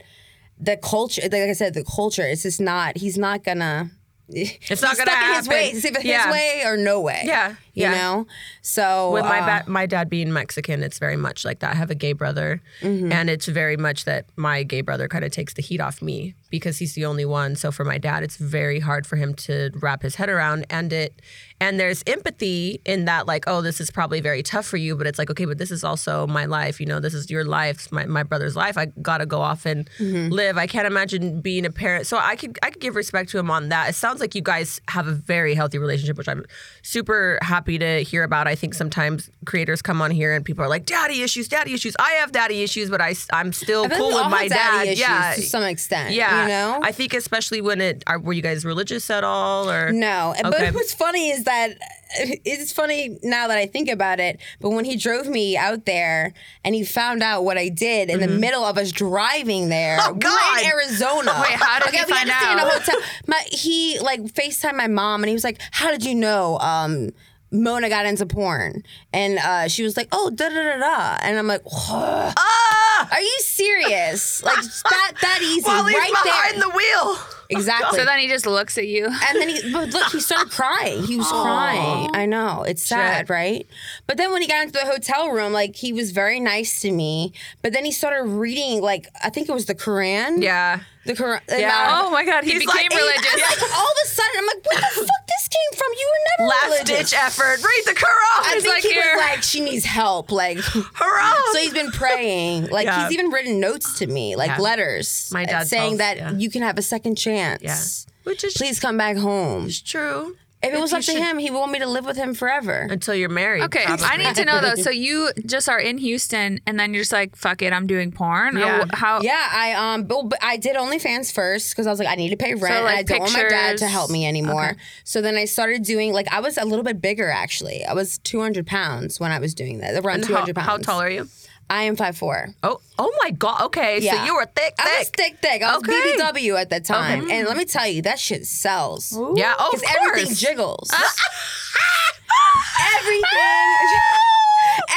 Speaker 3: the culture, like I said, the culture. It's just not. He's not gonna. It's
Speaker 2: not gonna
Speaker 3: stuck in his
Speaker 2: happen.
Speaker 3: way. It's either
Speaker 2: Yeah.
Speaker 3: his way or no way.
Speaker 2: Yeah,
Speaker 3: you
Speaker 2: yeah.
Speaker 3: know. So
Speaker 2: with my
Speaker 3: uh,
Speaker 2: ba- my dad being Mexican, it's very much like that. I have a gay brother,
Speaker 3: Mm-hmm.
Speaker 2: and it's very much that my gay brother kind of takes the heat off me because he's the only one. So for my dad, it's very hard for him to wrap his head around and it. And there's empathy in that, like, oh, this is probably very tough for you, but it's like, okay, but this is also my life. You know, this is your life, my, my brother's life. I gotta go off and
Speaker 3: Mm-hmm.
Speaker 2: live. I can't imagine being a parent. So I could I could give respect to him on that. It sounds like you guys have a very healthy relationship, which I'm super happy happy to hear about. I think sometimes creators come on here and people are like, "Daddy issues, daddy issues." I have daddy issues, but I am still
Speaker 3: I think
Speaker 2: cool
Speaker 3: we
Speaker 2: with
Speaker 3: all
Speaker 2: my
Speaker 3: have
Speaker 2: dad.
Speaker 3: daddy issues
Speaker 2: yeah,
Speaker 3: to some extent.
Speaker 2: yeah.
Speaker 3: you know.
Speaker 2: I think especially when it are, were you guys religious at all or
Speaker 3: No,
Speaker 2: Okay.
Speaker 3: but what's funny is that it's funny now that I think about it. But when he drove me out there and he found out what I did in the middle of us driving there,
Speaker 2: Mm-hmm. Oh, God.
Speaker 3: we were in Arizona.
Speaker 2: *laughs*
Speaker 1: Wait, how did
Speaker 3: Okay,
Speaker 1: he
Speaker 3: we
Speaker 1: find
Speaker 3: had to stay in a
Speaker 1: out?
Speaker 3: hotel. My, he like Facetime my mom and he was like, "How did you know?" Um, Mona got into porn, and uh, she was like, "Oh, da da da da," and I'm like, "Ugh,
Speaker 2: Ah,
Speaker 3: "Are you serious? Like that that easy?
Speaker 2: *laughs* while he's
Speaker 3: right
Speaker 2: behind the
Speaker 3: there,
Speaker 2: wheel.
Speaker 3: exactly."
Speaker 1: So then he just looks at
Speaker 3: *laughs*
Speaker 1: you.
Speaker 3: And then he, but look,
Speaker 2: *laughs*
Speaker 3: he started crying. He was crying. I know. It's sad,
Speaker 2: Shit.
Speaker 3: right? But then when he got into the hotel room, like he was very nice to me. But then he started reading, like I think it was the Quran.
Speaker 2: Yeah.
Speaker 3: the Quran.
Speaker 2: Yeah.
Speaker 1: Oh my God, he
Speaker 2: He's
Speaker 1: became
Speaker 2: like, he's-
Speaker 1: religious.
Speaker 3: Like all of a sudden, I'm like,
Speaker 2: *laughs*
Speaker 3: where the fuck this came from? You were never
Speaker 2: Last
Speaker 3: religious.
Speaker 2: ditch effort. Read the Quran.
Speaker 3: I
Speaker 1: He's
Speaker 3: think
Speaker 1: like,
Speaker 3: he
Speaker 1: here.
Speaker 3: was like, she needs
Speaker 2: *laughs*
Speaker 3: help. Like, so
Speaker 2: Quran.
Speaker 3: he's been praying. Like
Speaker 2: Yeah.
Speaker 3: he's even written notes to me, like
Speaker 2: Yeah.
Speaker 3: letters, uh,
Speaker 2: My dad tells-
Speaker 3: saying that
Speaker 2: yeah.
Speaker 3: you can have a second chance.
Speaker 2: yeah. Which is
Speaker 3: Please come back home.
Speaker 2: true.
Speaker 3: If it was
Speaker 2: you
Speaker 3: up to
Speaker 2: should-
Speaker 3: him, he would want me to live with him forever.
Speaker 2: Until you're married.
Speaker 1: Okay, I
Speaker 2: probably.
Speaker 1: need to know
Speaker 3: *laughs*
Speaker 1: though. So you just are in Houston, and then you're just like, "Fuck it, I'm doing porn."
Speaker 2: Yeah.
Speaker 1: How? how
Speaker 3: Yeah, I um, but, but I did OnlyFans first because I was like, I need to pay rent.
Speaker 1: like,
Speaker 3: and I don't want my dad to
Speaker 1: pictures-
Speaker 3: help me anymore. So then I started doing like I was a little bit bigger actually. I was 200 pounds when I was doing that. Around
Speaker 2: And
Speaker 3: 200
Speaker 2: how,
Speaker 3: pounds.
Speaker 2: how tall are you?
Speaker 3: I am 5'4".
Speaker 2: Oh, oh my God. Okay, so
Speaker 3: Yeah.
Speaker 2: you were thick, thick.
Speaker 3: I was thick, thick. I was
Speaker 2: Okay. Mm.
Speaker 3: BBW at that time, and let me tell you, that shit sells.
Speaker 2: Yeah. Oh, of
Speaker 3: Because everything
Speaker 2: course. Uh,
Speaker 3: jiggles. *laughs*
Speaker 2: *laughs*
Speaker 3: everything.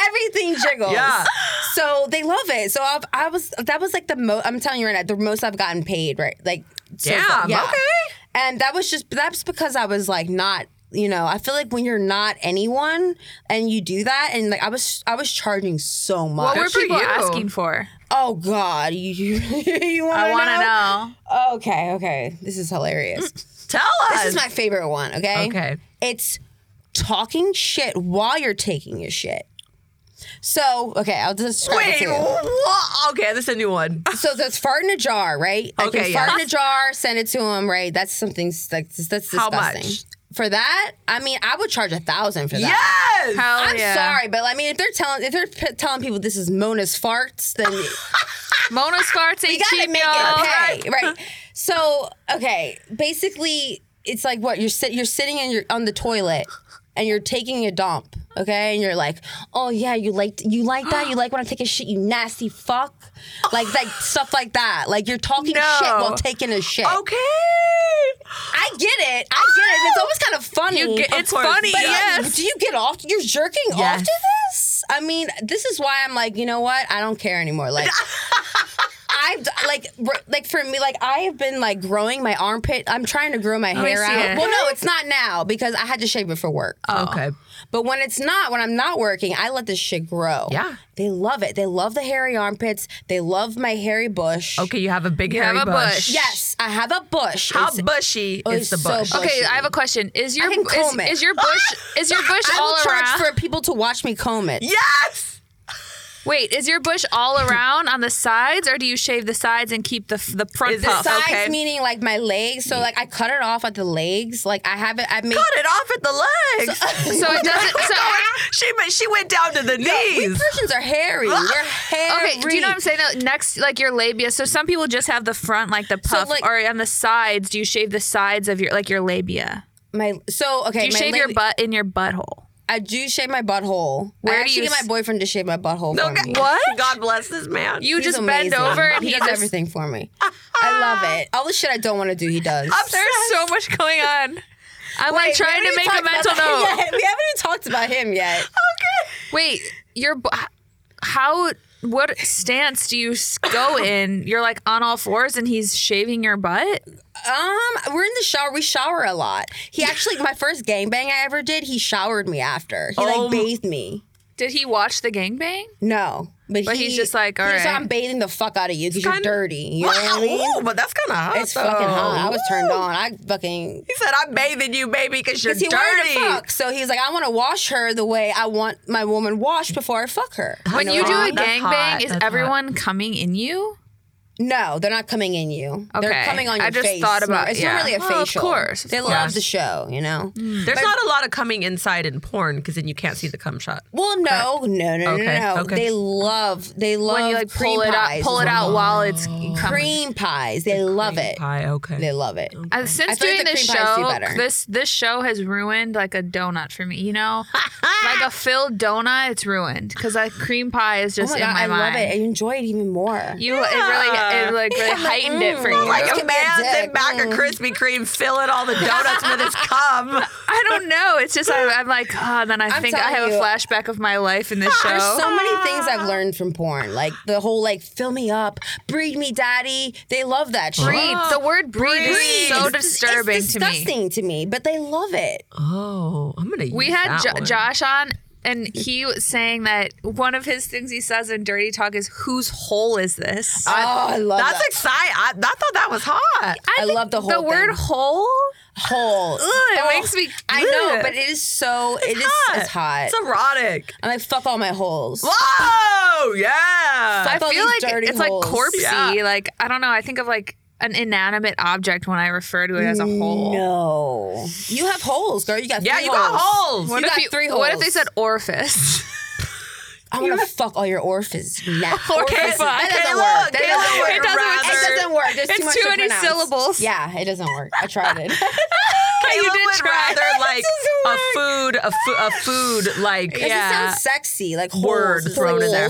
Speaker 3: everything jiggles.
Speaker 2: Yeah.
Speaker 3: So they love it. So I've, I was, that was like the most, I'm telling you right now, the most I've gotten paid, right? Like, so far.
Speaker 2: Damn, okay.
Speaker 3: And that was just, that's because I was like not. You know, I feel like when you're not anyone and you do that, and like I was, I was charging so much.
Speaker 1: What were
Speaker 2: Good for
Speaker 1: people
Speaker 2: you.
Speaker 1: asking for?
Speaker 3: oh God, *laughs* you, you want to
Speaker 1: I want to know.
Speaker 3: Okay, okay, this
Speaker 2: *laughs*
Speaker 3: is hilarious.
Speaker 2: Tell us.
Speaker 3: This is my favorite one, okay?
Speaker 2: Okay.
Speaker 3: It's talking shit while you're taking your shit. So, okay, I'll just describe it
Speaker 2: Wait,
Speaker 3: to you.
Speaker 2: what? Okay, this is a new
Speaker 3: *laughs*
Speaker 2: one.
Speaker 3: So there's fart in a jar, right? I
Speaker 2: Okay,
Speaker 3: can
Speaker 2: yeah.
Speaker 3: fart in a jar, send it to him, right? That's something like that's, that's
Speaker 2: How
Speaker 3: disgusting.
Speaker 2: much?
Speaker 3: For that, I mean, I would charge a thousand for that.
Speaker 2: Yes.
Speaker 1: Hell
Speaker 3: I'm
Speaker 1: yeah.
Speaker 3: sorry, but I mean, if they're telling if they're p- telling people this is Mona's farts, then
Speaker 2: *laughs*
Speaker 1: Mona's farts
Speaker 3: you
Speaker 1: ain't
Speaker 3: gotta
Speaker 1: cheap,
Speaker 3: make
Speaker 1: y'all.
Speaker 3: it pay,
Speaker 1: *laughs*
Speaker 3: right? So okay, basically, it's like what you're sit- you're sitting in your on the toilet and you're taking a dump, okay? And you're like, oh yeah, you like you like that, you like when I take a shit, you nasty fuck, like like stuff like that. Like you're talking
Speaker 2: No.
Speaker 3: shit while taking a shit.
Speaker 2: Okay.
Speaker 3: I get it, I get it. It's almost kind of funny.
Speaker 1: You get,
Speaker 2: Of
Speaker 1: it's
Speaker 2: course.
Speaker 1: funny,
Speaker 2: But,
Speaker 3: Like,
Speaker 1: yes.
Speaker 3: do you get off? You're jerking off
Speaker 2: Yes.
Speaker 3: to this? I mean, this is why I'm like, you know what? I don't care anymore. Like. I've d- like r- like for me like I have been like growing my armpit. I'm trying to grow my
Speaker 1: me
Speaker 3: hair
Speaker 1: see
Speaker 3: out.
Speaker 1: it.
Speaker 3: Well, no, it's not now because I had to shave it for work.
Speaker 2: Oh. Okay.
Speaker 3: But when it's not, when I'm not working, I let this shit grow.
Speaker 2: Yeah.
Speaker 3: they love it. They love the hairy armpits. They love my hairy bush.
Speaker 2: Okay, you have a big
Speaker 1: have
Speaker 2: hairy
Speaker 1: a bush.
Speaker 3: Yes, I have a bush.
Speaker 2: How
Speaker 3: It's-
Speaker 2: bushy
Speaker 3: Oh,
Speaker 2: is the
Speaker 3: it's so
Speaker 2: bush?
Speaker 3: bushy.
Speaker 1: Okay, I have a question. Is your
Speaker 3: I can
Speaker 1: is,
Speaker 3: comb it.
Speaker 1: is your bush is
Speaker 3: *laughs*
Speaker 1: your bush
Speaker 3: I
Speaker 1: all
Speaker 3: will charge
Speaker 1: around?
Speaker 3: for people to watch me comb it.
Speaker 2: Yes.
Speaker 1: *laughs* Wait, is your bush all around on the sides, or do you shave the sides and keep the f- the front
Speaker 2: Is it
Speaker 1: puff?
Speaker 2: side-
Speaker 3: Sides
Speaker 2: okay.
Speaker 3: meaning like my legs. So like I cut it off at the legs. Like I have it. I made.
Speaker 2: Cut it off at the legs.
Speaker 3: *laughs*
Speaker 1: So it doesn't. So
Speaker 2: she but she went down to the
Speaker 3: We
Speaker 2: knees.
Speaker 3: Persians are hairy.
Speaker 1: *gasps*
Speaker 3: We're hairy.
Speaker 1: Okay, do you know what I'm saying? though? Next, like your labia. So some people just have the front, like the puff,
Speaker 3: like-
Speaker 1: or on the sides. Do you shave the sides of your, like your labia?
Speaker 3: My so okay.
Speaker 1: Do you
Speaker 3: my
Speaker 1: shave your
Speaker 3: lady-
Speaker 1: butt in your butthole?
Speaker 3: I do shave my butthole.
Speaker 1: Where do
Speaker 3: I actually
Speaker 1: you
Speaker 3: get
Speaker 1: s-
Speaker 3: my boyfriend to shave my butthole for
Speaker 2: Okay.
Speaker 3: me.
Speaker 1: What?
Speaker 2: God bless this man.
Speaker 1: You
Speaker 3: He's
Speaker 1: just
Speaker 3: amazing.
Speaker 1: bend over and he,
Speaker 3: does
Speaker 1: just,
Speaker 3: everything for me. I love it. All the shit I don't want to do, he does.
Speaker 1: *laughs* There's so much going on. I'm like
Speaker 3: Wait, we
Speaker 1: trying
Speaker 3: haven't
Speaker 1: to make
Speaker 3: even
Speaker 1: a
Speaker 3: talked about *laughs*
Speaker 1: mental
Speaker 3: that
Speaker 1: note.
Speaker 3: yet. We haven't even talked about him yet.
Speaker 1: Wait, your bu- how what stance do you s-
Speaker 3: *coughs*
Speaker 1: go in? You're like on all fours and he's shaving your butt.
Speaker 3: Um, we're in the shower. We shower a lot. He actually, my first gangbang I ever did, he showered me after. He
Speaker 2: Oh
Speaker 3: like
Speaker 2: m-
Speaker 3: bathed me.
Speaker 1: Did he watch the gangbang?
Speaker 3: No, but,
Speaker 1: But
Speaker 3: he,
Speaker 1: he's just like,
Speaker 3: he
Speaker 1: all
Speaker 3: was
Speaker 1: right.
Speaker 3: I'm bathing the fuck out of you because you're
Speaker 2: kinda-
Speaker 3: dirty. You know what I mean?
Speaker 2: Wow, ooh, but that's kind of hot.
Speaker 3: It's fucking
Speaker 2: though.
Speaker 3: hot. I was turned
Speaker 2: Ooh.
Speaker 3: on. I fucking.
Speaker 2: He said, "I'm bathing you, baby, because you're
Speaker 3: Because he wanted to
Speaker 2: dirty."
Speaker 3: fuck, so he's like, I want to wash her the way I want my woman washed before I fuck her.
Speaker 1: When
Speaker 3: know
Speaker 1: you
Speaker 3: what
Speaker 1: do
Speaker 3: I
Speaker 1: a
Speaker 3: mean?
Speaker 2: That's hot.
Speaker 1: gangbang, is
Speaker 2: That's hot.
Speaker 1: everyone coming in you?
Speaker 3: No, they're not coming in you.
Speaker 1: Okay.
Speaker 3: They're coming on your
Speaker 1: I just
Speaker 3: face.
Speaker 1: thought about-
Speaker 3: it's
Speaker 1: yeah.
Speaker 3: not really a
Speaker 1: Well,
Speaker 3: facial.
Speaker 1: of course, of
Speaker 3: they
Speaker 1: course. Mm.
Speaker 3: love the show, you know.
Speaker 2: There's not a lot of coming inside in porn because then you can't see the cum shot.
Speaker 3: Well, no, no, no,
Speaker 2: Okay,
Speaker 3: no, no.
Speaker 2: okay.
Speaker 3: They love, they love
Speaker 1: when you like pull
Speaker 3: cream
Speaker 1: it out,
Speaker 3: pies
Speaker 1: pull
Speaker 3: as
Speaker 1: it out
Speaker 3: well.
Speaker 1: while it's coming.
Speaker 3: Cream pies, they love it.
Speaker 2: Pie, okay.
Speaker 3: They love it.
Speaker 1: Uh, since
Speaker 3: I feel
Speaker 1: doing
Speaker 3: like the
Speaker 1: this
Speaker 3: cream pies do
Speaker 1: show,
Speaker 3: better.
Speaker 1: this this show has ruined like a donut for me. You *laughs* know, like a filled donut, it's ruined because like cream pie is
Speaker 3: Oh
Speaker 1: just
Speaker 3: my
Speaker 1: in
Speaker 3: god,
Speaker 1: my
Speaker 3: I
Speaker 1: mind.
Speaker 3: love it. I enjoy it even more.
Speaker 1: You it really it *laughs* like mm, really heightened it for you.
Speaker 2: like
Speaker 3: Look
Speaker 2: a
Speaker 3: at that
Speaker 2: man's in
Speaker 3: dick.
Speaker 2: back of
Speaker 3: Mm.
Speaker 2: Krispy Kreme filling all the donuts with
Speaker 3: *laughs*
Speaker 2: his cum.
Speaker 1: I don't know. It's just I, I'm like, oh, then I think I
Speaker 3: telling
Speaker 1: have a
Speaker 3: you.
Speaker 1: flashback of my life in this show.
Speaker 3: There's so many things I've learned from porn, like the whole like fill me up, breed me, daddy. They love that. shit.
Speaker 1: breed. The word breed, is
Speaker 2: Breed.
Speaker 1: so
Speaker 3: It's-
Speaker 1: disturbing
Speaker 3: it's
Speaker 1: to me.
Speaker 3: disgusting to me, but they love it.
Speaker 2: Oh, I'm gonna. Use
Speaker 1: We had
Speaker 2: that
Speaker 1: jo-
Speaker 2: one.
Speaker 1: Josh on, and he was saying that one of his things he says in Dirty Talk is, "Whose hole is this?"
Speaker 3: oh, I love
Speaker 2: That's
Speaker 3: that.
Speaker 2: exciting. I, I thought that was hot.
Speaker 3: I
Speaker 1: think
Speaker 3: love the Oh, whole
Speaker 1: The word
Speaker 3: thing.
Speaker 1: "hole."
Speaker 3: whole. Ugh,
Speaker 1: it makes me-
Speaker 3: I know,
Speaker 1: Ugh.
Speaker 3: but it is so. It is. It's hot.
Speaker 2: It's erotic.
Speaker 3: I'm like fuck all my holes.
Speaker 2: Whoa, yeah.
Speaker 1: I
Speaker 3: Fuck all
Speaker 1: feel
Speaker 3: these
Speaker 1: like
Speaker 3: dirty
Speaker 1: it's
Speaker 3: holes.
Speaker 1: like corpsey.
Speaker 2: Yeah.
Speaker 1: Like I don't know. I think of like an inanimate object when I refer to it as a hole.
Speaker 3: No, you have holes, girl. You got
Speaker 2: yeah,
Speaker 3: three
Speaker 2: you got holes.
Speaker 1: What
Speaker 3: You
Speaker 1: if
Speaker 3: got three
Speaker 1: What if they
Speaker 3: holes.
Speaker 1: said
Speaker 3: *laughs*
Speaker 1: orifice?
Speaker 3: I'm gonna fuck all your orifices.
Speaker 1: *laughs*
Speaker 3: Nah,
Speaker 1: Okay, fuck.
Speaker 3: orifices. That doesn't
Speaker 2: Kayla,
Speaker 3: work.
Speaker 2: Kayla
Speaker 1: It
Speaker 2: would
Speaker 3: That doesn't work.
Speaker 1: doesn't work.
Speaker 2: rather-
Speaker 3: It doesn't work. There's
Speaker 1: It's
Speaker 3: too, much
Speaker 1: too
Speaker 3: to
Speaker 1: many
Speaker 3: pronounce.
Speaker 1: syllables.
Speaker 3: Yeah, it doesn't work. I tried *laughs* it.
Speaker 1: Okay, you
Speaker 2: Kayla
Speaker 1: did
Speaker 2: would
Speaker 1: try. *laughs*
Speaker 2: *laughs* rather like a
Speaker 3: doesn't
Speaker 2: food, a, fu- a food, like
Speaker 3: It just
Speaker 1: Yeah.
Speaker 3: sounds sexy, like holes.
Speaker 2: word
Speaker 3: It's
Speaker 2: thrown in there.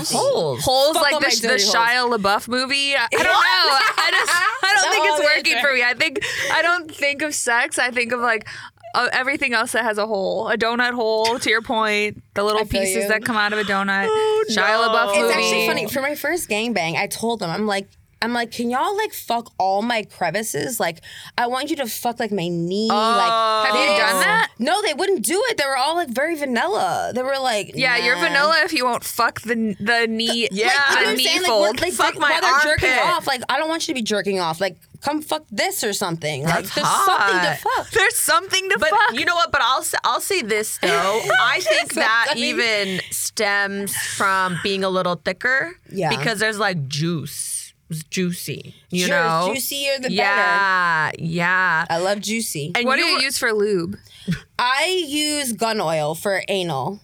Speaker 2: Holes.
Speaker 3: holes.
Speaker 1: Holes
Speaker 3: Fuck
Speaker 1: like
Speaker 3: all
Speaker 1: the,
Speaker 3: my
Speaker 1: the
Speaker 3: dirty holes.
Speaker 1: Shia LaBeouf movie. I, I
Speaker 3: *laughs*
Speaker 1: don't know. I just I don't
Speaker 3: The
Speaker 1: think it's
Speaker 3: whole
Speaker 1: working for me. I think I don't think of sex. I think of like uh, everything else that has a hole, a donut hole. To your point, the little
Speaker 3: I feel
Speaker 1: pieces
Speaker 3: you. Oh,
Speaker 1: that come out of a donut. Shia
Speaker 2: no.
Speaker 1: LaBeouf movie.
Speaker 3: It's actually funny. For my first gangbang, I told them, I'm like, I'm like, can y'all like fuck all my crevices? Like, I want you to fuck like my knee. like,
Speaker 1: Oh. Have you
Speaker 3: this.
Speaker 1: done that?
Speaker 3: No, they wouldn't do it. They were all like very vanilla. They were like,
Speaker 1: Yeah, you're
Speaker 3: nah.
Speaker 1: vanilla if you won't fuck the the knee.
Speaker 2: Yeah.
Speaker 1: the
Speaker 2: Like, you know what I'm
Speaker 1: knee
Speaker 3: saying? Like,
Speaker 1: fold.
Speaker 3: we're- like,
Speaker 2: Fuck
Speaker 3: like,
Speaker 2: my
Speaker 3: while they're jerking
Speaker 2: armpit.
Speaker 3: off, like I don't want you to be jerking off. Like, come fuck this or something. Like,
Speaker 2: That's
Speaker 3: there's
Speaker 2: hot.
Speaker 3: something to fuck.
Speaker 1: There's something to
Speaker 2: But
Speaker 1: fuck.
Speaker 2: you know what? But I'll s- I'll say this *laughs* though. I think
Speaker 3: So
Speaker 2: that
Speaker 3: funny.
Speaker 2: even stems from being a little thicker.
Speaker 3: Yeah.
Speaker 2: Because there's like juice. It's juicy. You
Speaker 3: Sure,
Speaker 2: know.
Speaker 3: juicier the better.
Speaker 2: Yeah. Yeah.
Speaker 3: I love juicy.
Speaker 2: And
Speaker 1: what do
Speaker 2: you
Speaker 1: you
Speaker 2: were-
Speaker 1: use for lube?
Speaker 3: I use gun oil for anal.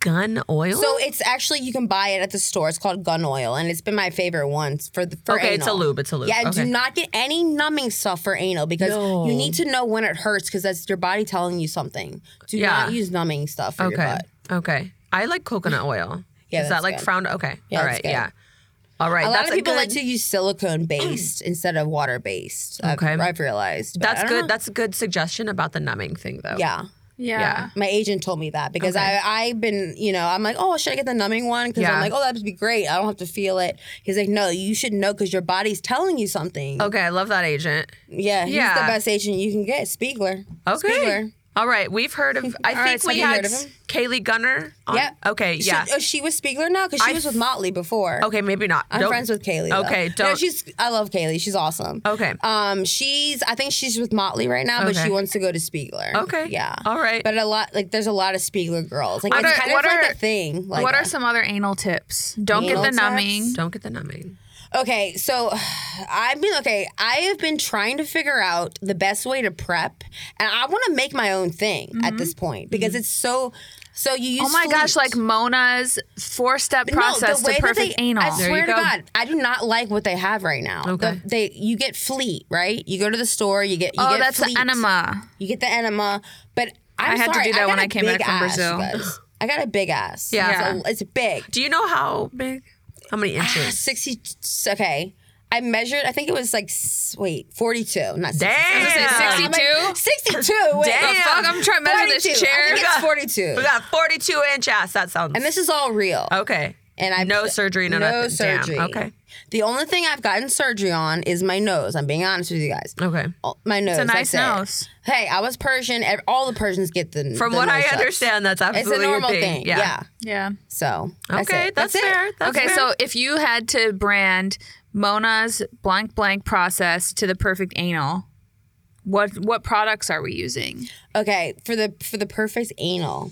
Speaker 2: gun oil.
Speaker 3: So it's actually you can buy it at the store. It's called gun oil, and it's been my favorite one for the for
Speaker 2: okay, it's a
Speaker 3: anal.
Speaker 2: lube. It's a lube.
Speaker 3: Yeah, and
Speaker 2: okay.
Speaker 3: do not get any numbing stuff for anal because
Speaker 2: No.
Speaker 3: you need to know when it hurts because that's your body telling you something. Do
Speaker 2: Yeah.
Speaker 3: not use numbing stuff for your
Speaker 2: Okay.
Speaker 3: butt.
Speaker 2: Okay. I like coconut oil.
Speaker 3: *laughs* Yeah,
Speaker 2: Is that
Speaker 3: that's
Speaker 2: like
Speaker 3: good.
Speaker 2: frowned? Okay.
Speaker 3: Yeah,
Speaker 2: All
Speaker 3: that's
Speaker 2: right.
Speaker 3: good.
Speaker 2: Yeah. All right.
Speaker 3: A lot
Speaker 2: that's
Speaker 3: of people
Speaker 2: good,
Speaker 3: like to use
Speaker 2: *clears throat*
Speaker 3: silicone based instead of water based.
Speaker 2: Okay.
Speaker 3: I've, I've realized. but I
Speaker 2: That's
Speaker 3: don't
Speaker 2: good.
Speaker 3: know.
Speaker 2: That's a good suggestion about the numbing thing, though.
Speaker 3: yeah.
Speaker 2: Yeah.
Speaker 3: My agent told me that because
Speaker 2: Okay.
Speaker 3: I I've been you know I'm like oh should I get the numbing one because
Speaker 2: Yeah.
Speaker 3: I'm like oh that would be great I don't have to feel it. He's like no you should know because your body's telling you something.
Speaker 2: Okay. I love that agent.
Speaker 3: Yeah, he's
Speaker 2: Oh, Yeah.
Speaker 3: the best agent you can get. Spiegler.
Speaker 2: Okay.
Speaker 3: Spiegler.
Speaker 2: All right. We've heard
Speaker 3: *laughs*
Speaker 2: of. I think
Speaker 3: right, so
Speaker 2: we
Speaker 3: have you
Speaker 2: had
Speaker 3: heard of him?
Speaker 2: Kaylee Gunner. On,
Speaker 3: Yep.
Speaker 2: Okay. Yeah.
Speaker 3: She, oh, she was Spiegler now because she
Speaker 2: I-
Speaker 3: was with Motley before.
Speaker 2: okay. Maybe not.
Speaker 3: I'm
Speaker 2: Don't-
Speaker 3: friends with Kaylee. though.
Speaker 2: Okay,
Speaker 3: No,
Speaker 2: don't-
Speaker 3: she's. I love Kaylee. She's awesome.
Speaker 2: Okay.
Speaker 3: Um, she's. I think she's with Motley right now, but
Speaker 2: Okay.
Speaker 3: she wants to go to Spiegler.
Speaker 2: Okay.
Speaker 3: Yeah.
Speaker 2: All right.
Speaker 3: But a lot like there's a lot of Spiegler girls. Like
Speaker 1: What
Speaker 3: it's
Speaker 1: are-
Speaker 3: kind
Speaker 1: what
Speaker 3: of
Speaker 1: are-
Speaker 3: like a thing. Like
Speaker 1: what
Speaker 3: that.
Speaker 1: are some other anal tips? Don't
Speaker 3: Anal
Speaker 1: get the
Speaker 3: tips?
Speaker 1: numbing.
Speaker 2: Don't get the numbing.
Speaker 3: Okay, so I've been okay. I have been trying to figure out the best way to prep, and I want to make my own thing at this point because it's so. So you use
Speaker 1: Mm-hmm. Oh my gosh,
Speaker 3: flutes.
Speaker 1: like Mona's four step process to
Speaker 3: that
Speaker 1: perfect
Speaker 3: they,
Speaker 1: anal.
Speaker 3: I swear to
Speaker 2: go.
Speaker 3: God, I do not like what they have right now. The-
Speaker 2: Okay.
Speaker 3: they you get fleet right. You go to the store, you get you
Speaker 1: oh,
Speaker 3: get
Speaker 1: that's
Speaker 3: fleet.
Speaker 1: the enema.
Speaker 3: You get the enema, but I'm
Speaker 1: I had to
Speaker 3: sorry,
Speaker 1: do that
Speaker 3: got
Speaker 1: when
Speaker 3: a
Speaker 1: I came back
Speaker 3: big
Speaker 1: from
Speaker 3: ass, you
Speaker 1: Brazil.
Speaker 3: guys. I got a big ass.
Speaker 2: Yeah.
Speaker 3: it's, a- it's big.
Speaker 2: Do you know how big? How many
Speaker 3: Ah,
Speaker 2: inches?
Speaker 3: Sixty. Okay. I measured. I think it was like s- wait, forty-two, not 60.
Speaker 2: Damn.
Speaker 1: Is it
Speaker 2: Yeah.
Speaker 1: 62?
Speaker 3: Sixty-two. Wait,
Speaker 2: Damn.
Speaker 1: The fuck, I'm trying to measure
Speaker 3: 42.
Speaker 1: this
Speaker 3: I
Speaker 1: chair.
Speaker 3: think it's forty-two.
Speaker 2: we got 42 inch ass. That sounds.
Speaker 3: And this is all real.
Speaker 2: okay.
Speaker 3: And I
Speaker 2: Oh, no surgery. No,
Speaker 3: no
Speaker 2: nothing. Damn.
Speaker 3: surgery.
Speaker 2: Okay.
Speaker 3: The only thing I've gotten surgery on is my nose. I'm being honest with you guys.
Speaker 2: Okay.
Speaker 3: Oh, My nose.
Speaker 1: It's a nice
Speaker 3: that's it.
Speaker 1: nose.
Speaker 3: Hey, I was Persian. Ev- All the Persians get the.
Speaker 2: From
Speaker 3: the
Speaker 2: what I
Speaker 3: nose shots.
Speaker 2: understand, that's
Speaker 3: it's
Speaker 2: absolutely
Speaker 3: a normal
Speaker 2: thing.
Speaker 3: thing. Yeah.
Speaker 1: Yeah.
Speaker 3: So that's
Speaker 2: Okay,
Speaker 3: it.
Speaker 2: that's,
Speaker 3: it.
Speaker 2: fair. That's
Speaker 1: okay,
Speaker 2: fair.
Speaker 1: so if you had to brand Mona's blank blank process to the perfect anal, what what products are we using?
Speaker 3: Okay, for the for the perfect anal.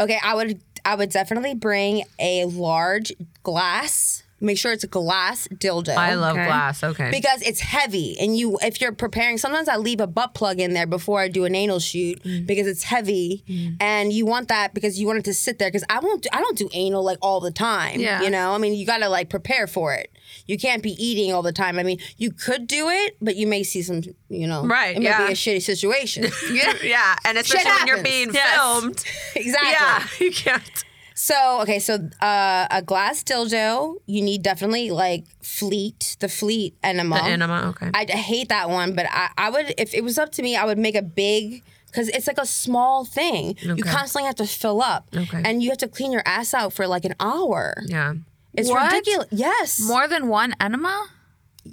Speaker 3: Okay, I would I would definitely bring a large glass Make sure it's a glass dildo.
Speaker 2: I love
Speaker 1: Okay.
Speaker 2: glass. Okay.
Speaker 3: because it's heavy and you if you're preparing sometimes i leave a butt plug in there before i do an anal shoot
Speaker 2: Mm.
Speaker 3: because it's heavy and you want that because you want it to sit there because i won't do, i don't do anal like all the time
Speaker 1: Yeah.
Speaker 3: you know i mean you gotta like prepare for it you can't be eating all the time i mean you could do it but you may see some you know
Speaker 2: Right,
Speaker 3: it may
Speaker 2: yeah.
Speaker 3: be a shitty situation yeah
Speaker 2: *laughs* yeah, and especially when you're being
Speaker 3: happens.
Speaker 2: filmed.
Speaker 3: *laughs* exactly
Speaker 2: Yeah, *laughs* you can't.
Speaker 3: So okay, so uh, a glass dildo, you need definitely like fleet, the fleet enema.
Speaker 2: The enema, okay.
Speaker 3: I, I hate that one, but I, I would if it was up to me, I would make a big because it's like a small thing.
Speaker 2: Okay.
Speaker 3: You constantly have to fill up,
Speaker 2: Okay.
Speaker 3: and you have to clean your ass out for like an hour.
Speaker 2: Yeah.
Speaker 3: It's
Speaker 1: What?
Speaker 3: ridiculous. Yes.
Speaker 1: More than one enema?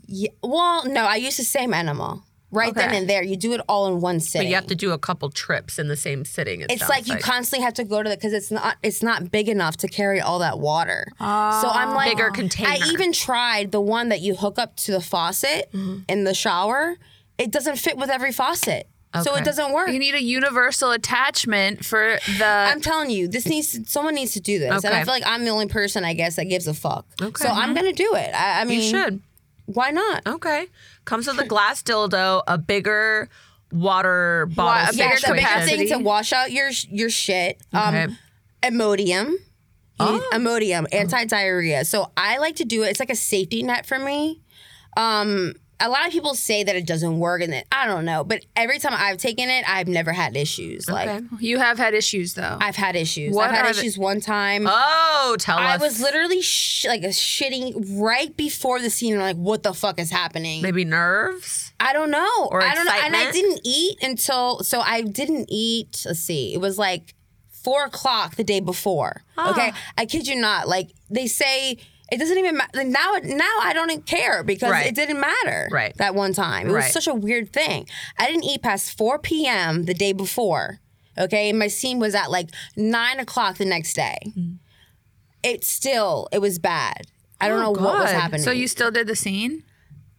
Speaker 3: Ye- well, no, I use the same enema right then
Speaker 1: Okay.
Speaker 3: and there. You do it all in one sitting.
Speaker 2: But you have to do a couple trips in the same sitting. It
Speaker 3: It's
Speaker 2: sounds
Speaker 3: like you constantly have to go to the because it's not it's not big enough to carry all that water. so I'm like
Speaker 2: Bigger container.
Speaker 3: I even tried the one that you hook up to the faucet in the shower. It doesn't fit with every faucet, so
Speaker 2: Okay.
Speaker 3: it doesn't work.
Speaker 1: You need a universal attachment for the.
Speaker 3: *sighs* I'm telling you, this needs to, someone needs to do this, and
Speaker 2: Okay.
Speaker 3: I feel like I'm the only person I guess that gives a fuck.
Speaker 2: Okay.
Speaker 3: So I'm gonna do it. I, I mean,
Speaker 2: You should.
Speaker 3: Why not?
Speaker 2: Okay. Comes *laughs* with a glass dildo, a bigger water
Speaker 1: Wa-
Speaker 2: bottle.
Speaker 1: a
Speaker 3: Yeah,
Speaker 1: bigger
Speaker 3: it's a bad
Speaker 1: capacity.
Speaker 3: thing to wash out your your shit.
Speaker 2: Okay.
Speaker 3: Um, Imodium. You need Imodium, anti diarrhea. So I like to do it. It's like a safety net for me. Um, a lot of people say that it doesn't work and that I don't know, but every time I've taken it, I've never had issues. Like
Speaker 2: Okay.
Speaker 1: you have had issues though.
Speaker 3: I've had issues.
Speaker 1: What
Speaker 3: I've had
Speaker 1: are the-
Speaker 3: issues one time.
Speaker 2: Oh, tell
Speaker 3: I
Speaker 2: us.
Speaker 3: was literally sh- like shitting right before the scene. I'm like, what the fuck is happening?
Speaker 2: Maybe nerves.
Speaker 3: I don't know.
Speaker 2: Or
Speaker 3: I don't know. And I
Speaker 2: excitement?
Speaker 3: didn't eat until so I didn't eat. Let's see. It was like four o'clock the day before.
Speaker 2: Ah.
Speaker 3: Okay, I kid you not. Like they say. It doesn't even matter now. Now I don't care because
Speaker 2: Right.
Speaker 3: it didn't matter
Speaker 2: Right.
Speaker 3: that one time. It
Speaker 2: Right.
Speaker 3: was such a weird thing. I didn't eat past four p.m. the day before. Okay, and my scene was at like nine o'clock the next day.
Speaker 2: Mm-hmm.
Speaker 3: It still it was bad. I don't
Speaker 2: Oh,
Speaker 3: know what was
Speaker 2: God.
Speaker 3: happening.
Speaker 1: so you still did the scene?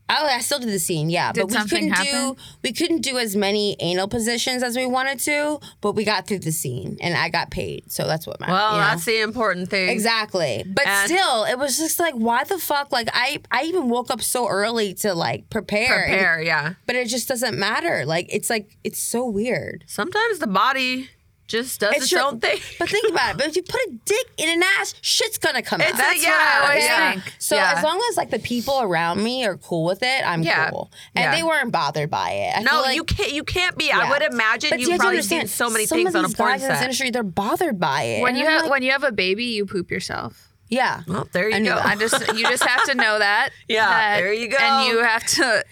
Speaker 3: Oh, I still did the scene, yeah.
Speaker 1: Did
Speaker 3: but we
Speaker 1: something
Speaker 3: couldn't
Speaker 1: happen?
Speaker 3: do we couldn't do as many anal positions as we wanted to, but we got through the scene and I got paid. So that's what matters.
Speaker 2: Well, that's the important thing.
Speaker 3: exactly. But
Speaker 2: And-
Speaker 3: still, it was just like, why the fuck? Like I I even woke up so early to like prepare.
Speaker 2: Prepare, yeah.
Speaker 3: But it just doesn't matter. Like it's like it's so weird.
Speaker 2: Sometimes the body just does its,
Speaker 3: your-
Speaker 2: own thing.
Speaker 3: But think about it. But if you put a dick in an ass, shit's gonna come out.
Speaker 1: That's
Speaker 2: yeah,
Speaker 1: what I always
Speaker 2: yeah.
Speaker 1: think.
Speaker 3: Oh, So
Speaker 2: Yeah.
Speaker 3: as long as like the people around me are cool with it, I'm
Speaker 2: Yeah.
Speaker 3: cool. And
Speaker 2: Yeah.
Speaker 3: they weren't bothered by it. I
Speaker 2: No,
Speaker 3: feel like-
Speaker 2: you can't. You can't be. I
Speaker 3: Yeah.
Speaker 2: would imagine
Speaker 3: But
Speaker 2: you,
Speaker 3: you have to
Speaker 2: probably seen
Speaker 3: understand,
Speaker 2: so many
Speaker 3: some
Speaker 2: things
Speaker 3: of
Speaker 2: on a
Speaker 3: these
Speaker 2: porn
Speaker 3: guys in this
Speaker 2: set.
Speaker 3: industry, they're bothered by it.
Speaker 1: When
Speaker 3: And
Speaker 1: you
Speaker 3: I'm
Speaker 1: have
Speaker 3: like,
Speaker 1: when you have a baby, you poop yourself.
Speaker 3: yeah,
Speaker 2: Well, Oh, there you
Speaker 3: knew
Speaker 2: go.
Speaker 3: that.
Speaker 1: I just you just have to know that.
Speaker 2: *laughs* Yeah,
Speaker 1: that-
Speaker 2: there you go.
Speaker 1: And you have to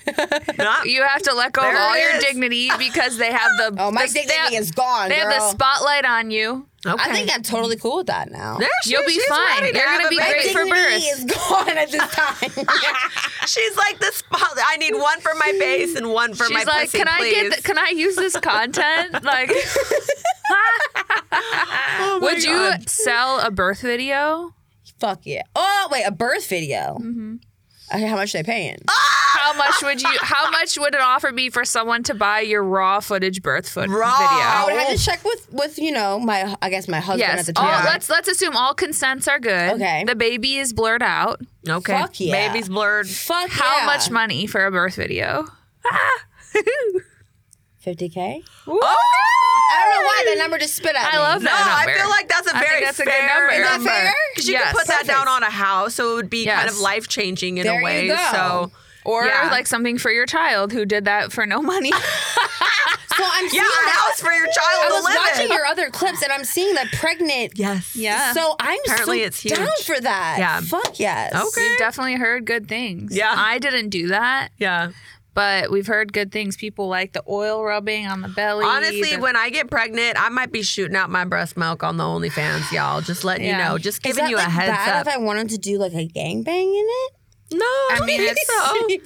Speaker 2: *laughs* Not-
Speaker 1: you have to let go
Speaker 2: There
Speaker 1: of all
Speaker 2: it
Speaker 1: your
Speaker 2: is.
Speaker 1: dignity because they have
Speaker 2: *gasps*
Speaker 1: the
Speaker 3: oh my
Speaker 1: the-
Speaker 3: dignity
Speaker 1: they have-
Speaker 3: is gone.
Speaker 1: They have the
Speaker 3: girl.
Speaker 1: spotlight on you.
Speaker 2: okay.
Speaker 3: I think I'm totally cool with that now.
Speaker 2: There she-
Speaker 1: You'll be
Speaker 2: she's
Speaker 1: fine.
Speaker 2: ready to
Speaker 1: You're
Speaker 2: have
Speaker 1: gonna
Speaker 2: a
Speaker 1: be great
Speaker 2: baby.
Speaker 1: for
Speaker 3: dignity
Speaker 1: birth.
Speaker 3: is *laughs* gone at this time.
Speaker 2: *laughs*
Speaker 3: *laughs*
Speaker 2: She's like the spot. I need one for my base and one for my
Speaker 1: She's like,
Speaker 2: pussy,
Speaker 1: can I
Speaker 2: please."
Speaker 1: get? th- can I use this
Speaker 2: *laughs*
Speaker 1: content? Like,
Speaker 2: Oh my
Speaker 1: would you
Speaker 2: God.
Speaker 1: sell a birth video?
Speaker 3: Fuck yeah. Oh wait, a birth video. Okay, how much they paying?
Speaker 2: Oh,
Speaker 1: How much would you? How much would it offer me for someone to buy your raw footage birth foot
Speaker 2: Raw.
Speaker 3: I
Speaker 1: video?
Speaker 3: would have to check with with you know my I guess my husband at
Speaker 1: Yes.
Speaker 3: the
Speaker 2: Oh,
Speaker 1: All,
Speaker 3: time.
Speaker 1: Let's let's assume all consents are good.
Speaker 3: Okay.
Speaker 1: The baby is blurred out.
Speaker 2: Okay.
Speaker 3: Fuck yeah.
Speaker 2: Baby's blurred.
Speaker 3: Fuck
Speaker 1: How
Speaker 3: yeah.
Speaker 1: much money for a birth video?
Speaker 3: 50k.
Speaker 2: Oh!
Speaker 3: I don't know why that number just spit at
Speaker 1: I
Speaker 3: me.
Speaker 1: love
Speaker 2: No,
Speaker 1: that
Speaker 2: I
Speaker 1: number.
Speaker 2: feel like that's a
Speaker 1: I think
Speaker 2: very
Speaker 1: that's a
Speaker 2: fair
Speaker 1: good number. Is
Speaker 3: that fair?
Speaker 2: Because you
Speaker 1: Yes.
Speaker 2: could put that
Speaker 3: Perfect.
Speaker 2: down on a house, so it would be kind of
Speaker 1: Yes.
Speaker 2: life changing in
Speaker 3: There
Speaker 2: a
Speaker 3: you
Speaker 2: way.
Speaker 3: go.
Speaker 2: So,
Speaker 1: Or
Speaker 2: yeah.
Speaker 1: like something for your child who did that for no *laughs* money.
Speaker 3: So I'm seeing
Speaker 2: yeah, a
Speaker 3: that.
Speaker 2: house for your child
Speaker 3: I
Speaker 2: to
Speaker 3: was
Speaker 2: live
Speaker 3: watching
Speaker 2: in.
Speaker 3: your other clips and I'm seeing that pregnant
Speaker 2: yes.
Speaker 1: Yeah.
Speaker 3: So I'm
Speaker 2: Apparently
Speaker 3: so
Speaker 2: it's huge.
Speaker 3: down for that.
Speaker 2: Yeah.
Speaker 3: Fuck yes.
Speaker 2: Okay. *laughs*
Speaker 1: We've definitely heard good things.
Speaker 2: Yeah.
Speaker 1: I didn't do that,
Speaker 2: Yeah.
Speaker 1: but we've heard good things. People like the oil rubbing on the belly.
Speaker 2: Honestly,
Speaker 1: the-
Speaker 2: when I get pregnant, I might be shooting out my breast milk on the OnlyFans, y'all. Just letting
Speaker 1: Yeah.
Speaker 2: you know. Just
Speaker 3: Is
Speaker 2: giving
Speaker 3: that
Speaker 2: you
Speaker 3: like
Speaker 2: a heads
Speaker 3: bad
Speaker 2: up. Oh,
Speaker 3: if I wanted to do like a gangbang in *laughs* it?
Speaker 2: no, I
Speaker 1: mean,
Speaker 2: think
Speaker 1: it's-
Speaker 3: *laughs*
Speaker 2: so.
Speaker 1: I think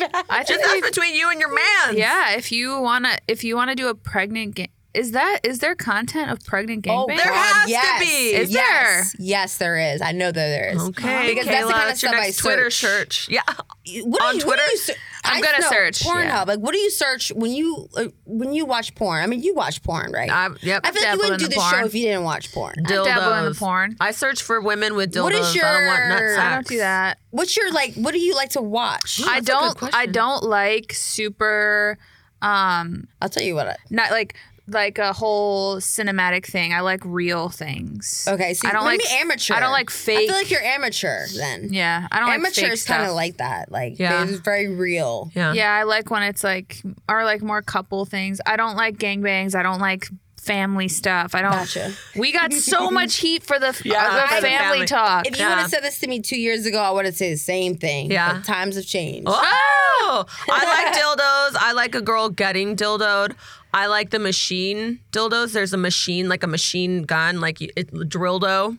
Speaker 2: Just that's
Speaker 1: we-
Speaker 2: between you and your man.
Speaker 1: yeah, if you wanna if you wanna do a pregnant game, is that is there content of pregnant gangbang?
Speaker 3: Oh,
Speaker 2: There
Speaker 3: God,
Speaker 2: has to
Speaker 3: yes.
Speaker 2: be.
Speaker 1: Is
Speaker 3: yes. Yes, there is. I know that there is.
Speaker 2: Okay,
Speaker 3: Uh-huh.
Speaker 2: Kayla,
Speaker 3: Because that's the kind of
Speaker 2: that's your
Speaker 3: stuff I
Speaker 2: next Twitter
Speaker 3: search.
Speaker 2: search. *laughs* Yeah,
Speaker 3: You- What
Speaker 2: On
Speaker 3: are you, what are
Speaker 2: Twitter?
Speaker 3: you se-
Speaker 1: I'm
Speaker 3: I
Speaker 1: gonna
Speaker 3: know,
Speaker 1: search.
Speaker 3: Pornhub.
Speaker 1: yeah.
Speaker 3: Like, what do you search when you uh, when you watch porn? I mean, you watch porn, right?
Speaker 2: I- yep.
Speaker 3: I feel like
Speaker 1: Dabble
Speaker 3: you wouldn't do
Speaker 1: in the
Speaker 3: this
Speaker 1: porn.
Speaker 3: show if you didn't watch porn.
Speaker 1: I dabble in the
Speaker 2: Dildos.
Speaker 1: porn.
Speaker 2: I search for women with dildos.
Speaker 3: What is
Speaker 2: I don't want nut
Speaker 3: your-
Speaker 2: sacks.
Speaker 1: I don't do that.
Speaker 3: What's your like? What do you like to watch?
Speaker 1: I
Speaker 2: that's a good
Speaker 1: don't. I
Speaker 2: question.
Speaker 1: don't like super. Um,
Speaker 3: I'll tell you what. I-
Speaker 1: not like like a whole cinematic thing. I like real things.
Speaker 3: Okay, see,
Speaker 1: I don't like
Speaker 3: let me amateur.
Speaker 1: I don't like fake.
Speaker 3: I feel like you're amateur then.
Speaker 1: yeah, I don't like
Speaker 3: Amateur
Speaker 1: fake
Speaker 3: is kind of
Speaker 1: stuff.
Speaker 3: like that. Like,
Speaker 2: Yeah.
Speaker 3: it's very real.
Speaker 2: Yeah.
Speaker 1: yeah, I like when it's like or like more couple things. I don't like gangbangs. I don't like family stuff. I don't.
Speaker 3: Gotcha.
Speaker 1: We
Speaker 3: *laughs*
Speaker 1: got so much heat for the,
Speaker 2: Yeah,
Speaker 1: uh, the
Speaker 2: for the
Speaker 1: family,
Speaker 2: family.
Speaker 1: talk.
Speaker 3: If you would have said this to me two years ago, I would have said the same thing.
Speaker 2: Yeah.
Speaker 3: But times have changed.
Speaker 2: Oh, I
Speaker 3: *laughs*
Speaker 2: like dildos. I like a girl getting dildoed. I like the machine dildos. There's a machine, like a machine gun, like you- it, dildo,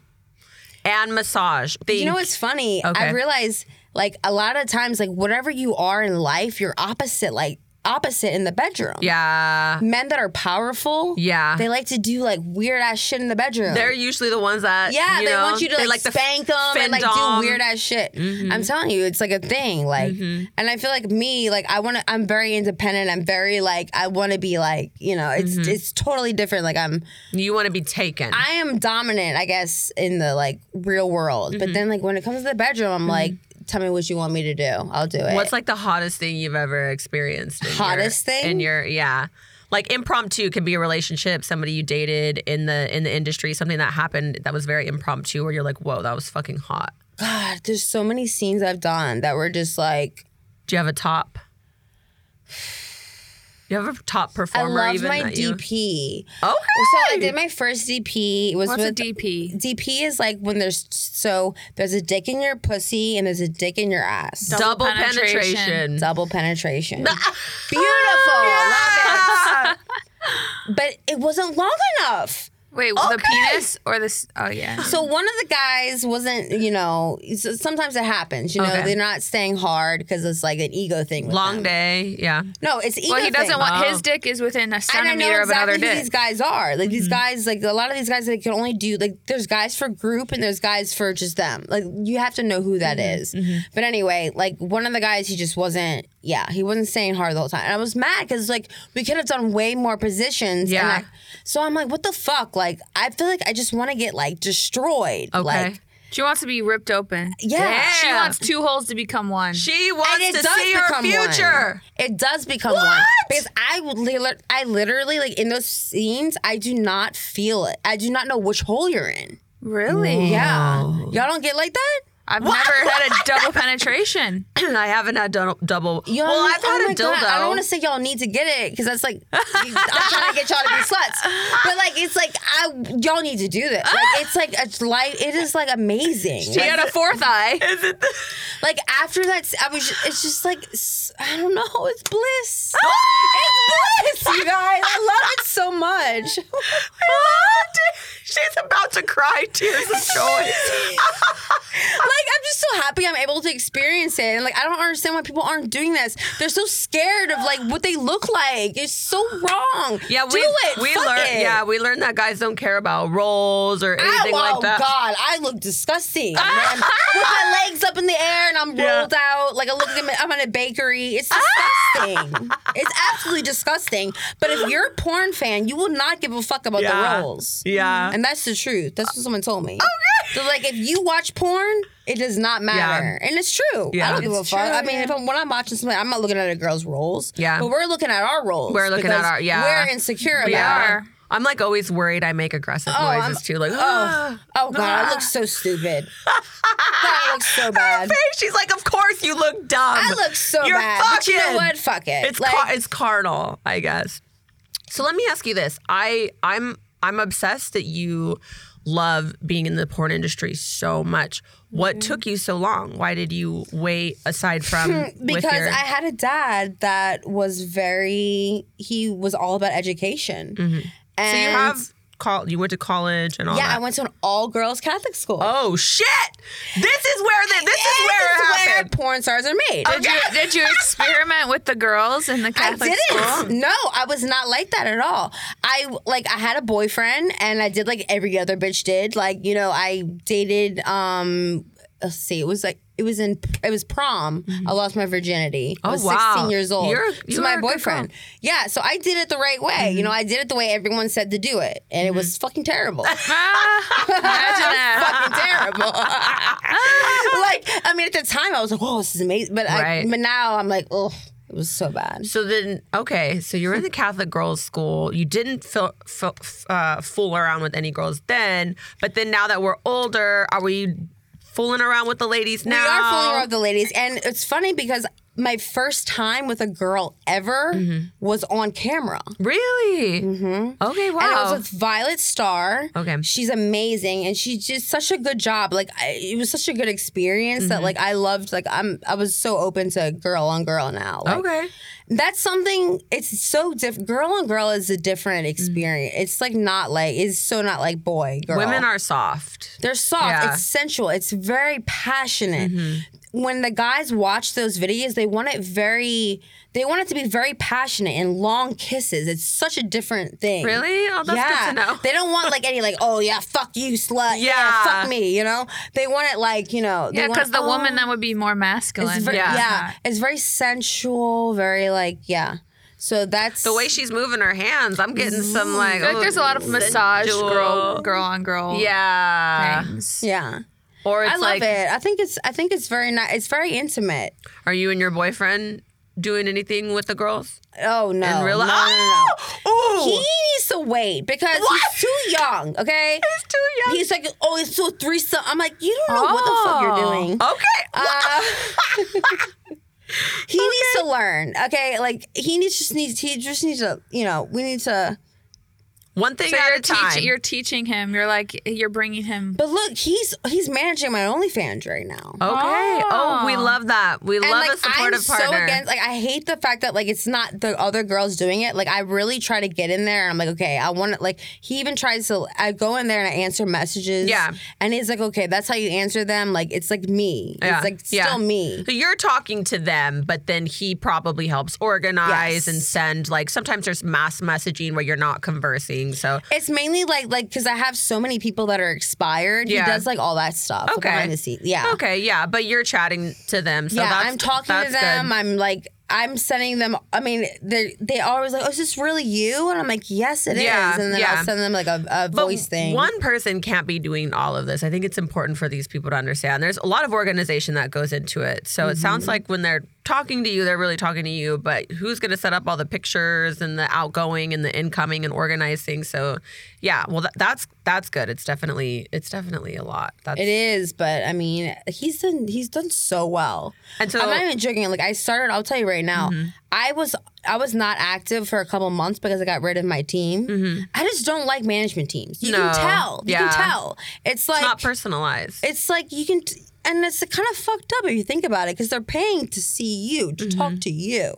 Speaker 2: and massage.
Speaker 3: You
Speaker 2: Think-
Speaker 3: know what's funny? I
Speaker 2: Okay.
Speaker 3: realize like a lot of times, like whatever you are in life, you're opposite, like opposite in the bedroom.
Speaker 2: yeah,
Speaker 3: Men that are powerful,
Speaker 2: Yeah.
Speaker 3: they like to do like weird ass shit in the bedroom.
Speaker 2: they're usually the ones that
Speaker 3: yeah,
Speaker 2: you
Speaker 3: they
Speaker 2: know,
Speaker 3: want you to
Speaker 2: they
Speaker 3: like,
Speaker 2: the
Speaker 3: spank them and like
Speaker 2: fendom. Mm-hmm.
Speaker 3: do weird ass shit. I'm telling you, it's like a thing. Like, and I feel like me, like I want to. I'm very independent. I'm very like I want to be like you know. It's
Speaker 2: Mm-hmm.
Speaker 3: it's totally different. Like I'm
Speaker 2: You want to be taken.
Speaker 3: I am dominant, I guess, in the like real world.
Speaker 2: Mm-hmm.
Speaker 3: But then like when it comes to the bedroom, I'm like, tell me what you want me to do. I'll do it.
Speaker 2: What's like the hottest thing you've ever experienced? in your-
Speaker 3: Hottest thing?
Speaker 2: in your yeah, like impromptu could be a relationship, somebody you dated in the in the industry, something that happened that was very impromptu, where you're like, whoa, that was fucking hot.
Speaker 3: God, there's so many scenes I've done that were just like
Speaker 2: Do you have a top? Do you have a top
Speaker 3: I
Speaker 2: performer?
Speaker 3: love
Speaker 2: even
Speaker 3: my
Speaker 2: that Oh, you-
Speaker 3: DP.
Speaker 2: Okay.
Speaker 3: So I did my first DP. It was
Speaker 1: What's a
Speaker 3: with
Speaker 1: DP?
Speaker 3: DP is like when there's so there's a dick in your pussy and there's a dick in your ass.
Speaker 2: double,
Speaker 1: penetration.
Speaker 2: penetration.
Speaker 3: Double penetration. Beautiful. Love it. But it wasn't long enough.
Speaker 1: Wait, the penis or the? s- Oh yeah.
Speaker 3: So one of the guys wasn't, you know, s- sometimes it happens, you know,
Speaker 2: Okay.
Speaker 3: they're not staying hard because it's like an ego thing. with
Speaker 2: Long
Speaker 3: them.
Speaker 2: day. Yeah.
Speaker 3: No, it's ego.
Speaker 1: Well, he doesn't
Speaker 3: thing.
Speaker 1: want
Speaker 2: Wow.
Speaker 1: his dick is within a
Speaker 3: And I know
Speaker 1: centimeter
Speaker 3: exactly
Speaker 1: of another
Speaker 3: who
Speaker 1: dick.
Speaker 3: these guys are. Like
Speaker 2: Mm.
Speaker 3: these guys, like a lot of these guys that can only do like there's guys for group and there's guys for just them. Like you have to know who that
Speaker 2: Mm-hmm.
Speaker 3: is. But anyway, like one of the guys, he just wasn't. Yeah, he wasn't staying hard the whole time, and I was mad because like we could have done way more positions. and
Speaker 2: Yeah.
Speaker 3: I- so I'm like, what the fuck? Like I feel like I just want to get like destroyed.
Speaker 2: Okay.
Speaker 3: Like,
Speaker 1: She wants to be ripped open.
Speaker 3: yeah.
Speaker 2: Yeah.
Speaker 1: She wants two holes to become one.
Speaker 2: she
Speaker 3: And
Speaker 2: wants
Speaker 3: it
Speaker 2: to
Speaker 3: does
Speaker 2: see her
Speaker 3: become
Speaker 2: future. *clears throat*
Speaker 3: One. It does become one because I would lit- I literally like in those scenes I do not feel it. I do not know which hole you're in.
Speaker 1: really?
Speaker 3: Yeah, y'all don't get like that.
Speaker 1: Mm. I've never had a
Speaker 3: *laughs*
Speaker 1: double penetration.
Speaker 2: I haven't had dou- double.
Speaker 3: Y'all
Speaker 2: well,
Speaker 3: don't-
Speaker 2: I've had
Speaker 3: oh
Speaker 2: a
Speaker 3: my
Speaker 2: dildo.
Speaker 3: God, I don't want to say y'all need to get it because that's like I'm trying to get y'all to be sluts, but like it's like I y'all need to do
Speaker 2: *gasps*
Speaker 3: this. Like it's like a light. It is like amazing.
Speaker 1: She had a fourth eye.
Speaker 3: Like after that, I was. Just, it's just like s- I don't know. It's bliss. it's bliss, you guys. I love it so much. *laughs*
Speaker 2: She's about to cry tears of joy.
Speaker 3: like I'm just so happy I'm able to experience it, and like I don't understand why people aren't doing this. They're so scared of like what they look like. It's so wrong.
Speaker 2: Yeah, we
Speaker 3: do it.
Speaker 2: we
Speaker 3: Fuck
Speaker 2: learned.
Speaker 3: it.
Speaker 2: Yeah, we learned that guys don't care about rolls or
Speaker 3: Ow,
Speaker 2: anything like
Speaker 3: oh
Speaker 2: that.
Speaker 3: God, I
Speaker 2: *laughs*
Speaker 3: look disgusting. man. With my legs up in the air and I'm rolled out like I look like I'm in- I'm in a bakery. It's
Speaker 2: Ah!
Speaker 3: disgusting. it's absolutely disgusting. But if you're a porn fan, you will not give a fuck about
Speaker 2: Yeah.
Speaker 3: the rolls.
Speaker 2: Yeah. Oh,
Speaker 3: And that's the truth. That's what someone told me. Okay. So like if you watch porn, it does not matter. And it's true. I
Speaker 2: Yeah.
Speaker 3: don't give a
Speaker 1: It's
Speaker 3: fuck.
Speaker 1: true,
Speaker 3: I mean,
Speaker 1: yeah.
Speaker 3: if I'm when I'm watching something, I'm not looking at a girl's roles.
Speaker 2: Yeah.
Speaker 3: But we're looking at our roles.
Speaker 2: We're looking at
Speaker 3: because
Speaker 2: our- yeah.
Speaker 3: We're insecure
Speaker 2: We
Speaker 3: about it.
Speaker 1: are.
Speaker 2: I'm like always worried I make aggressive noises
Speaker 3: I'm-
Speaker 2: too.
Speaker 3: *gasps*
Speaker 2: Like,
Speaker 3: Oh, oh God, I
Speaker 2: *laughs*
Speaker 3: look so stupid. God, I look so bad.
Speaker 2: She's like, of course you look dumb.
Speaker 3: I look so
Speaker 2: You're
Speaker 3: bad.
Speaker 2: Fucking,
Speaker 3: But you know what? Fuck it.
Speaker 2: It's car- it's carnal, I guess. So let me ask you this: I I'm I'm obsessed that you love being in the porn industry so much. What
Speaker 3: Mm-hmm.
Speaker 2: took you so long? Why did you wait?
Speaker 3: *laughs*
Speaker 2: Aside from with
Speaker 3: because
Speaker 2: your-
Speaker 3: I had a dad that was very. He was all about education. And
Speaker 2: Mm-hmm. so you have call you went to college and all
Speaker 3: Yeah,
Speaker 2: that.
Speaker 3: I went to an all girls Catholic school.
Speaker 2: oh shit! This is where the, this is where it
Speaker 3: This is
Speaker 2: happened.
Speaker 3: porn stars are made.
Speaker 1: Did you, did you experiment with the girls in the
Speaker 3: I
Speaker 1: Catholic school?
Speaker 3: *laughs* didn't. No, I was not like that at all. I like I had a boyfriend and I did like every other bitch did. Like, you know, I dated um let's see, it was like it was in it was prom. I lost my virginity.
Speaker 2: Mm-hmm.
Speaker 3: I
Speaker 2: Oh,
Speaker 3: was
Speaker 2: wow.
Speaker 3: 16 years old
Speaker 2: You're-
Speaker 3: to
Speaker 2: you are
Speaker 3: my
Speaker 2: a good Mm-hmm.
Speaker 3: boyfriend.
Speaker 2: prom.
Speaker 3: Yeah, so I did it the right way. You know, I did it the way everyone said to do it, and it was
Speaker 2: Mm-hmm. *laughs*
Speaker 3: fucking terrible.
Speaker 1: Ah,
Speaker 3: *laughs*
Speaker 1: imagine that.
Speaker 3: fucking terrible. *laughs* like, I mean, at the time, I was like, "Whoa, this is amazing," but
Speaker 2: Right.
Speaker 3: I, but now I'm like, "Oh, it was so bad."
Speaker 2: So then, okay, so you're in the Catholic girls' school. You didn't feel, feel, uh, fool around with any girls then, but then now that we're older, are we fooling around with the ladies now?
Speaker 3: We are fully aware of the ladies, and it's funny because my first time with a girl ever
Speaker 2: Mm-hmm.
Speaker 3: was on camera.
Speaker 2: Really? Mm-hmm. Okay, wow.
Speaker 3: And it was with Violet Starr.
Speaker 2: Okay.
Speaker 3: She's amazing and she did such a good job. Like I, it was such a good experience
Speaker 2: Mm-hmm.
Speaker 3: that like I loved like I'm I was so open to girl on girl now. Like,
Speaker 2: okay.
Speaker 3: That's something it's so different. Girl on girl is a different
Speaker 2: Mm-hmm.
Speaker 3: experience. It's like not like it's so not like boy girl.
Speaker 2: Women are soft.
Speaker 3: They're soft.
Speaker 2: Yeah. Mm-hmm.
Speaker 3: It's sensual. It's very passionate. When the guys watch those videos, they want it very. They want it to be very passionate and long kisses. It's such a different thing.
Speaker 2: Really? Oh, that's
Speaker 3: yeah.
Speaker 2: good to know.
Speaker 3: They don't want like any like, oh yeah, fuck you, slut. Yeah,
Speaker 2: Yeah.
Speaker 3: fuck me. You know, they want it like you know. they
Speaker 1: Yeah,
Speaker 3: want-
Speaker 1: because the
Speaker 3: oh,
Speaker 1: woman that would be more masculine.
Speaker 3: It's very,
Speaker 2: Yeah.
Speaker 3: yeah. it's very sensual. Very like yeah. So that's
Speaker 2: The way she's moving her hands, I'm getting some
Speaker 3: Mm-hmm.
Speaker 2: like.
Speaker 1: I feel like there's a lot of
Speaker 2: ooh,
Speaker 1: massage
Speaker 2: sensual.
Speaker 1: girl, girl on girl.
Speaker 2: Yeah.
Speaker 1: Things.
Speaker 3: Yeah,
Speaker 2: Or it's
Speaker 3: I love
Speaker 2: like,
Speaker 3: it. I think it's I think it's very nice. It's very intimate.
Speaker 2: are you and your boyfriend doing anything with the girls?
Speaker 3: Oh no!
Speaker 2: In real
Speaker 3: no,
Speaker 2: life?
Speaker 3: no, no, no.
Speaker 2: Oh!
Speaker 3: He needs to wait because he's too young. Okay,
Speaker 2: He's too young.
Speaker 3: He's like, oh, it's so threesome. I'm like, you don't know what the fuck you're doing.
Speaker 2: Okay.
Speaker 3: Uh, *laughs* he needs to learn. Okay, like he needs just needs he just needs to you know we need to.
Speaker 2: One thing
Speaker 1: So
Speaker 2: at
Speaker 1: you're,
Speaker 2: a time.
Speaker 1: teach, you're teaching him. You're like, you're bringing him.
Speaker 3: But look, he's he's managing my OnlyFans right now.
Speaker 2: okay. Oh. we love that. We love a supportive
Speaker 3: I'm
Speaker 2: partner.
Speaker 3: so against. Like, I hate the fact that like it's not the other girls doing it. Like, I really try to get in there, and I'm like, okay, I want to. Like, he even tries to. I go in there and I answer messages.
Speaker 2: Yeah.
Speaker 3: and he's like, okay, that's how you answer them. Like, it's like me.
Speaker 2: Yeah,
Speaker 3: It's like still
Speaker 2: yeah.
Speaker 3: me.
Speaker 2: So you're talking to them, but then he probably helps organize
Speaker 3: Yes.
Speaker 2: and send. Like sometimes there's mass messaging where you're not conversing. So
Speaker 3: It's mainly like like because I have so many people that are expired.
Speaker 2: Yeah.
Speaker 3: He does like all that stuff.
Speaker 2: Okay.
Speaker 3: behind the scenes. Yeah.
Speaker 2: okay, yeah, but you're chatting to them. So
Speaker 3: yeah,
Speaker 2: that's,
Speaker 3: I'm talking
Speaker 2: that's
Speaker 3: to them.
Speaker 2: Good.
Speaker 3: I'm like, I'm sending them. I mean, they they always like, oh, is this really you? And I'm like, yes, it is.
Speaker 2: Yeah,
Speaker 3: And then
Speaker 2: yeah.
Speaker 3: I'll send them like a, a
Speaker 2: But
Speaker 3: voice thing.
Speaker 2: One person can't be doing all of this. I think it's important for these people to understand. There's a lot of organization that goes into it. So
Speaker 3: Mm-hmm.
Speaker 2: it sounds like when they're talking to you, they're really talking to you, but who's going to set up all the pictures and the outgoing and the incoming and organize things? So yeah, well that, that's that's good. It's definitely it's definitely a lot. That's
Speaker 3: It is, but I mean, he's done he's done so well.
Speaker 2: And so- Mm-hmm.
Speaker 3: I'm not even joking. Like I started, I'll tell you right now, I was I was not active for a couple months because I got rid of my team. I just don't like management teams. You
Speaker 2: Mm-hmm. No.
Speaker 3: can tell. You
Speaker 2: Yeah.
Speaker 3: can tell. It's like
Speaker 2: not personalized.
Speaker 3: it's like you can t- and it's kind of fucked up if you think about it because they're paying to see you to
Speaker 2: Mm-hmm.
Speaker 3: talk to you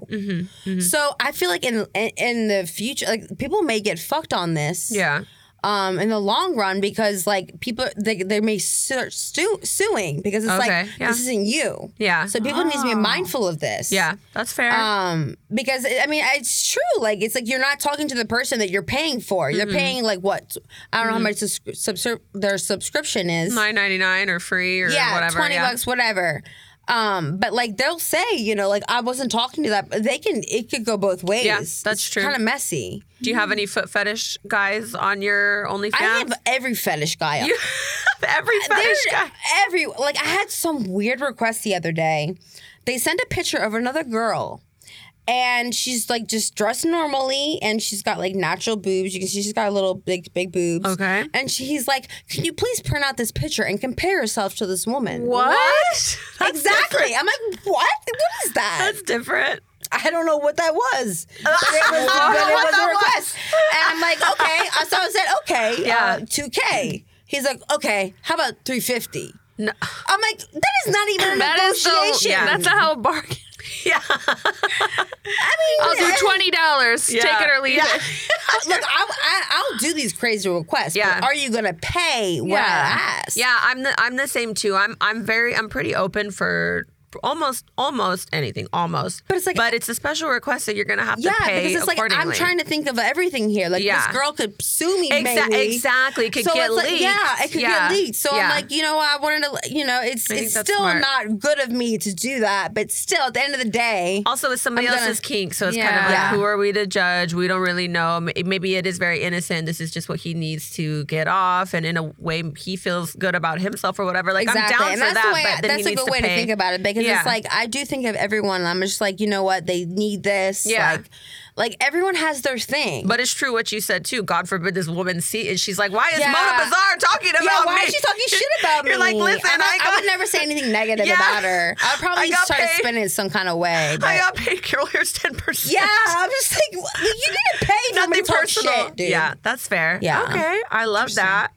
Speaker 3: so i feel like in, in in the future like people may get fucked on this
Speaker 2: yeah.
Speaker 3: um, in the long run because like people they, they may start stu- suing because it's
Speaker 2: Okay,
Speaker 3: like
Speaker 2: yeah.
Speaker 3: this isn't you.
Speaker 2: Yeah. Oh.
Speaker 3: So people need to be mindful of this.
Speaker 2: Yeah, that's fair.
Speaker 3: Um, because I mean it's true. Like it's like you're not talking to the person that you're paying for.
Speaker 2: Mm-hmm.
Speaker 3: You're paying like what I don't know how much subs- subsur- their subscription is.
Speaker 2: 9.99 or free or
Speaker 3: yeah,
Speaker 2: whatever.
Speaker 3: twenty
Speaker 2: yeah.
Speaker 3: bucks, whatever. Um, but like they'll say, you know, like I wasn't talking to that. They can it could go both ways.
Speaker 2: that's true.
Speaker 3: Kind of messy.
Speaker 2: Do you have any foot fetish guys on your OnlyFans?
Speaker 3: I have every fetish guy.
Speaker 2: *laughs* You have every fetish
Speaker 3: There's
Speaker 2: guy.
Speaker 3: every like I had some weird request the other day. They sent a picture of another girl. And she's like just dressed normally, and she's got like natural boobs. You can see she's got little big, big boobs.
Speaker 2: Okay.
Speaker 3: And she, he's like, "Can you please print out this picture and compare yourself to this woman?"
Speaker 2: That's
Speaker 3: exactly.
Speaker 2: different.
Speaker 3: I'm like, "What? What is *laughs* that?"
Speaker 2: That's different.
Speaker 3: I don't know what that was. But it was,
Speaker 2: *laughs* I don't
Speaker 3: but
Speaker 2: know
Speaker 3: it
Speaker 2: what
Speaker 3: was a
Speaker 2: that
Speaker 3: request. And I'm like, okay. Uh, So I said, okay,
Speaker 2: Yeah.
Speaker 3: yeah. 2K. He's like, okay, how about 350? *laughs*
Speaker 2: No.
Speaker 3: I'm like, that is not even a
Speaker 1: That is
Speaker 3: *laughs*
Speaker 1: the.
Speaker 3: negotiation.
Speaker 2: Yeah.
Speaker 1: That's not how a
Speaker 3: *laughs*
Speaker 1: bargain.
Speaker 2: Yeah.
Speaker 1: I'll do twenty dollars.
Speaker 2: Yeah.
Speaker 1: Take it or leave
Speaker 2: Yeah.
Speaker 1: it.
Speaker 3: Look, I, I, I'll do these crazy requests,
Speaker 2: Yeah.
Speaker 3: but are you going to pay what
Speaker 1: Yeah.
Speaker 3: I ask?
Speaker 2: Yeah, I'm the I'm the same too. I'm I'm very I'm pretty open for almost almost anything, almost.
Speaker 3: But it's like-
Speaker 2: but it's a special request that you're gonna have
Speaker 3: Yeah,
Speaker 2: to pay
Speaker 3: because it's like I'm
Speaker 2: accordingly.
Speaker 3: trying to think of everything here. Like
Speaker 2: Yeah.
Speaker 3: this girl could sue me.
Speaker 2: Exa-
Speaker 3: maybe.
Speaker 2: exactly, it could
Speaker 3: so
Speaker 2: get
Speaker 3: it's like,
Speaker 2: leaked.
Speaker 3: Yeah, it could
Speaker 2: Yeah,
Speaker 3: get leaked. So
Speaker 2: yeah.
Speaker 3: I'm like, you know, what, I wanted to, you know, it's
Speaker 2: I think
Speaker 3: it's
Speaker 2: that's
Speaker 3: still
Speaker 2: smart.
Speaker 3: not good of me to do that, but still, at the end of the day,
Speaker 2: Also, it's somebody
Speaker 3: I'm gonna-
Speaker 2: else's kink, so it's kind of like,
Speaker 1: Yeah.
Speaker 2: who are we to judge? We don't really know. M- Maybe it is very innocent. This is just what he needs to get off, and in a way, he feels good about himself or whatever. Like
Speaker 3: exactly,
Speaker 2: I'm down
Speaker 3: and
Speaker 2: for
Speaker 3: that's
Speaker 2: that,
Speaker 3: the way.
Speaker 2: but then
Speaker 3: that's
Speaker 2: he
Speaker 3: a
Speaker 2: needs
Speaker 3: good way
Speaker 2: to, pay.
Speaker 3: to think about it because
Speaker 2: Yeah.
Speaker 3: it's like I do think of everyone. I'm just like, you know what, they need this.
Speaker 2: Yeah.
Speaker 3: like, like everyone has their thing.
Speaker 2: But it's true what you said too. God forbid this woman see it. She's like, why is
Speaker 3: Yeah.
Speaker 2: Mona Bazaar talking about
Speaker 3: yeah, why
Speaker 2: me?
Speaker 3: is she talking
Speaker 2: *laughs*
Speaker 3: shit about me?
Speaker 2: You're like, listen,
Speaker 3: I'm not-
Speaker 2: I, got,
Speaker 3: I would never say anything
Speaker 2: *laughs*
Speaker 3: negative
Speaker 2: Yeah.
Speaker 3: about her. I would
Speaker 2: I
Speaker 3: probably
Speaker 2: got
Speaker 3: try to
Speaker 2: paid.
Speaker 3: spin it some kind of way. But
Speaker 2: I got paid Carol Here's ten percent. *laughs*
Speaker 3: yeah, I'm just like, you didn't pay for me
Speaker 2: nothing
Speaker 3: to talk
Speaker 2: personal.
Speaker 3: shit, dude.
Speaker 2: Yeah, that's fair.
Speaker 3: Yeah.
Speaker 2: Okay, I love that.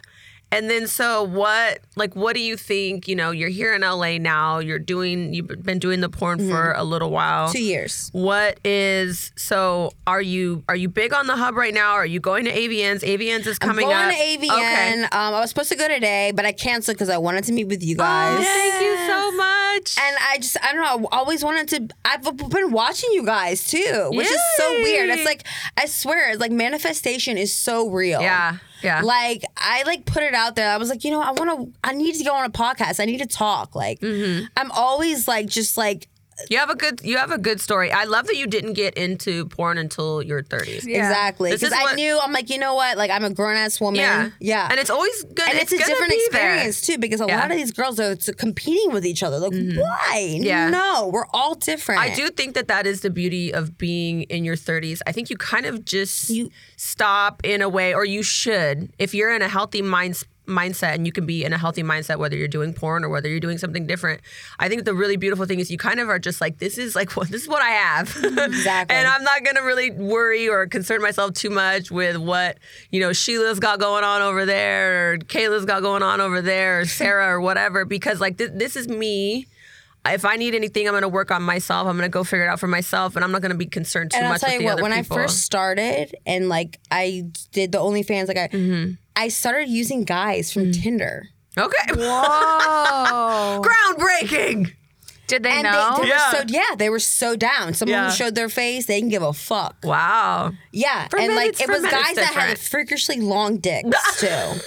Speaker 2: And then, so what? Like, what do you think? You know, you're here in LA now. You're doing. You've been doing the porn for a little while.
Speaker 3: Mm-hmm. two years.
Speaker 2: What is so? Are you are you big on the hub right now? Are you going to AVNs? AVNs is coming
Speaker 3: going
Speaker 2: up.
Speaker 3: to AVN.
Speaker 2: Okay.
Speaker 3: Um, I was supposed to go today, but I canceled because I wanted to meet with you guys.
Speaker 2: Thank you so much.
Speaker 3: And I just, I don't know, I always wanted to. I've been watching you guys too, which is so
Speaker 2: Yay.
Speaker 3: weird. It's like, I swear, it's like manifestation is so real.
Speaker 2: yeah, yeah.
Speaker 3: Like, I like put it out there. I was like, you know, I want to, I need to go on a podcast. I need to talk. Like,
Speaker 2: Mm-hmm.
Speaker 3: I'm always like, just like,
Speaker 2: you have a good you have a good story. I love that you didn't get into porn until your 30s.
Speaker 1: Yeah.
Speaker 3: exactly.
Speaker 2: This is
Speaker 3: Because I
Speaker 2: what-
Speaker 3: knew, I'm like, you know what? Like, I'm a grown ass woman.
Speaker 2: Yeah.
Speaker 3: Yeah.
Speaker 2: And it's always good.
Speaker 3: and it's, a
Speaker 2: gonna
Speaker 3: different
Speaker 2: be there.
Speaker 3: experience too because a
Speaker 2: Yeah. Mm-hmm.
Speaker 3: lot of these girls are t- competing with each other. Like, why?
Speaker 2: Yeah.
Speaker 3: No, we're all different.
Speaker 2: I do think that that is the beauty of being in your 30s. I think you kind of just
Speaker 3: You-
Speaker 2: stop in a way, or you should, if you're in a healthy mind, mindset and you can be in a healthy mindset, whether you're doing porn or whether you're doing something different. I think the really beautiful thing is you kind of are just like, this is like, *laughs* what this is what I have.
Speaker 3: Exactly.
Speaker 2: and I'm not going to really worry or concern myself too much with what, you know, Sheila's got going on over there, or Kayla's got going on over there, or Sarah, or whatever, because like, th- this is me if I need anything, I'm gonna work on myself. I'm gonna go figure it out for myself, and I'm not gonna be concerned too
Speaker 3: And I'll
Speaker 2: much
Speaker 3: tell
Speaker 2: with
Speaker 3: you
Speaker 2: the other
Speaker 3: what, when
Speaker 2: people.
Speaker 3: I first started and like I did the OnlyFans, like I,
Speaker 2: Mm-hmm.
Speaker 3: I started using guys from
Speaker 2: Mm.
Speaker 3: Tinder.
Speaker 2: okay, *laughs*
Speaker 3: Oh.
Speaker 1: Whoa.
Speaker 2: groundbreaking.
Speaker 1: Did they
Speaker 3: And
Speaker 1: know?
Speaker 3: they, they
Speaker 2: Yeah.
Speaker 3: were so yeah, they were so down. Someone
Speaker 2: Yeah.
Speaker 3: who showed their face, they didn't give a fuck.
Speaker 2: Wow.
Speaker 3: Yeah,
Speaker 2: For
Speaker 3: and
Speaker 2: men, it's-
Speaker 3: like it
Speaker 2: for
Speaker 3: was
Speaker 2: men, it's
Speaker 3: guys that had
Speaker 2: different.
Speaker 3: freakishly long
Speaker 2: *laughs*
Speaker 3: dicks too.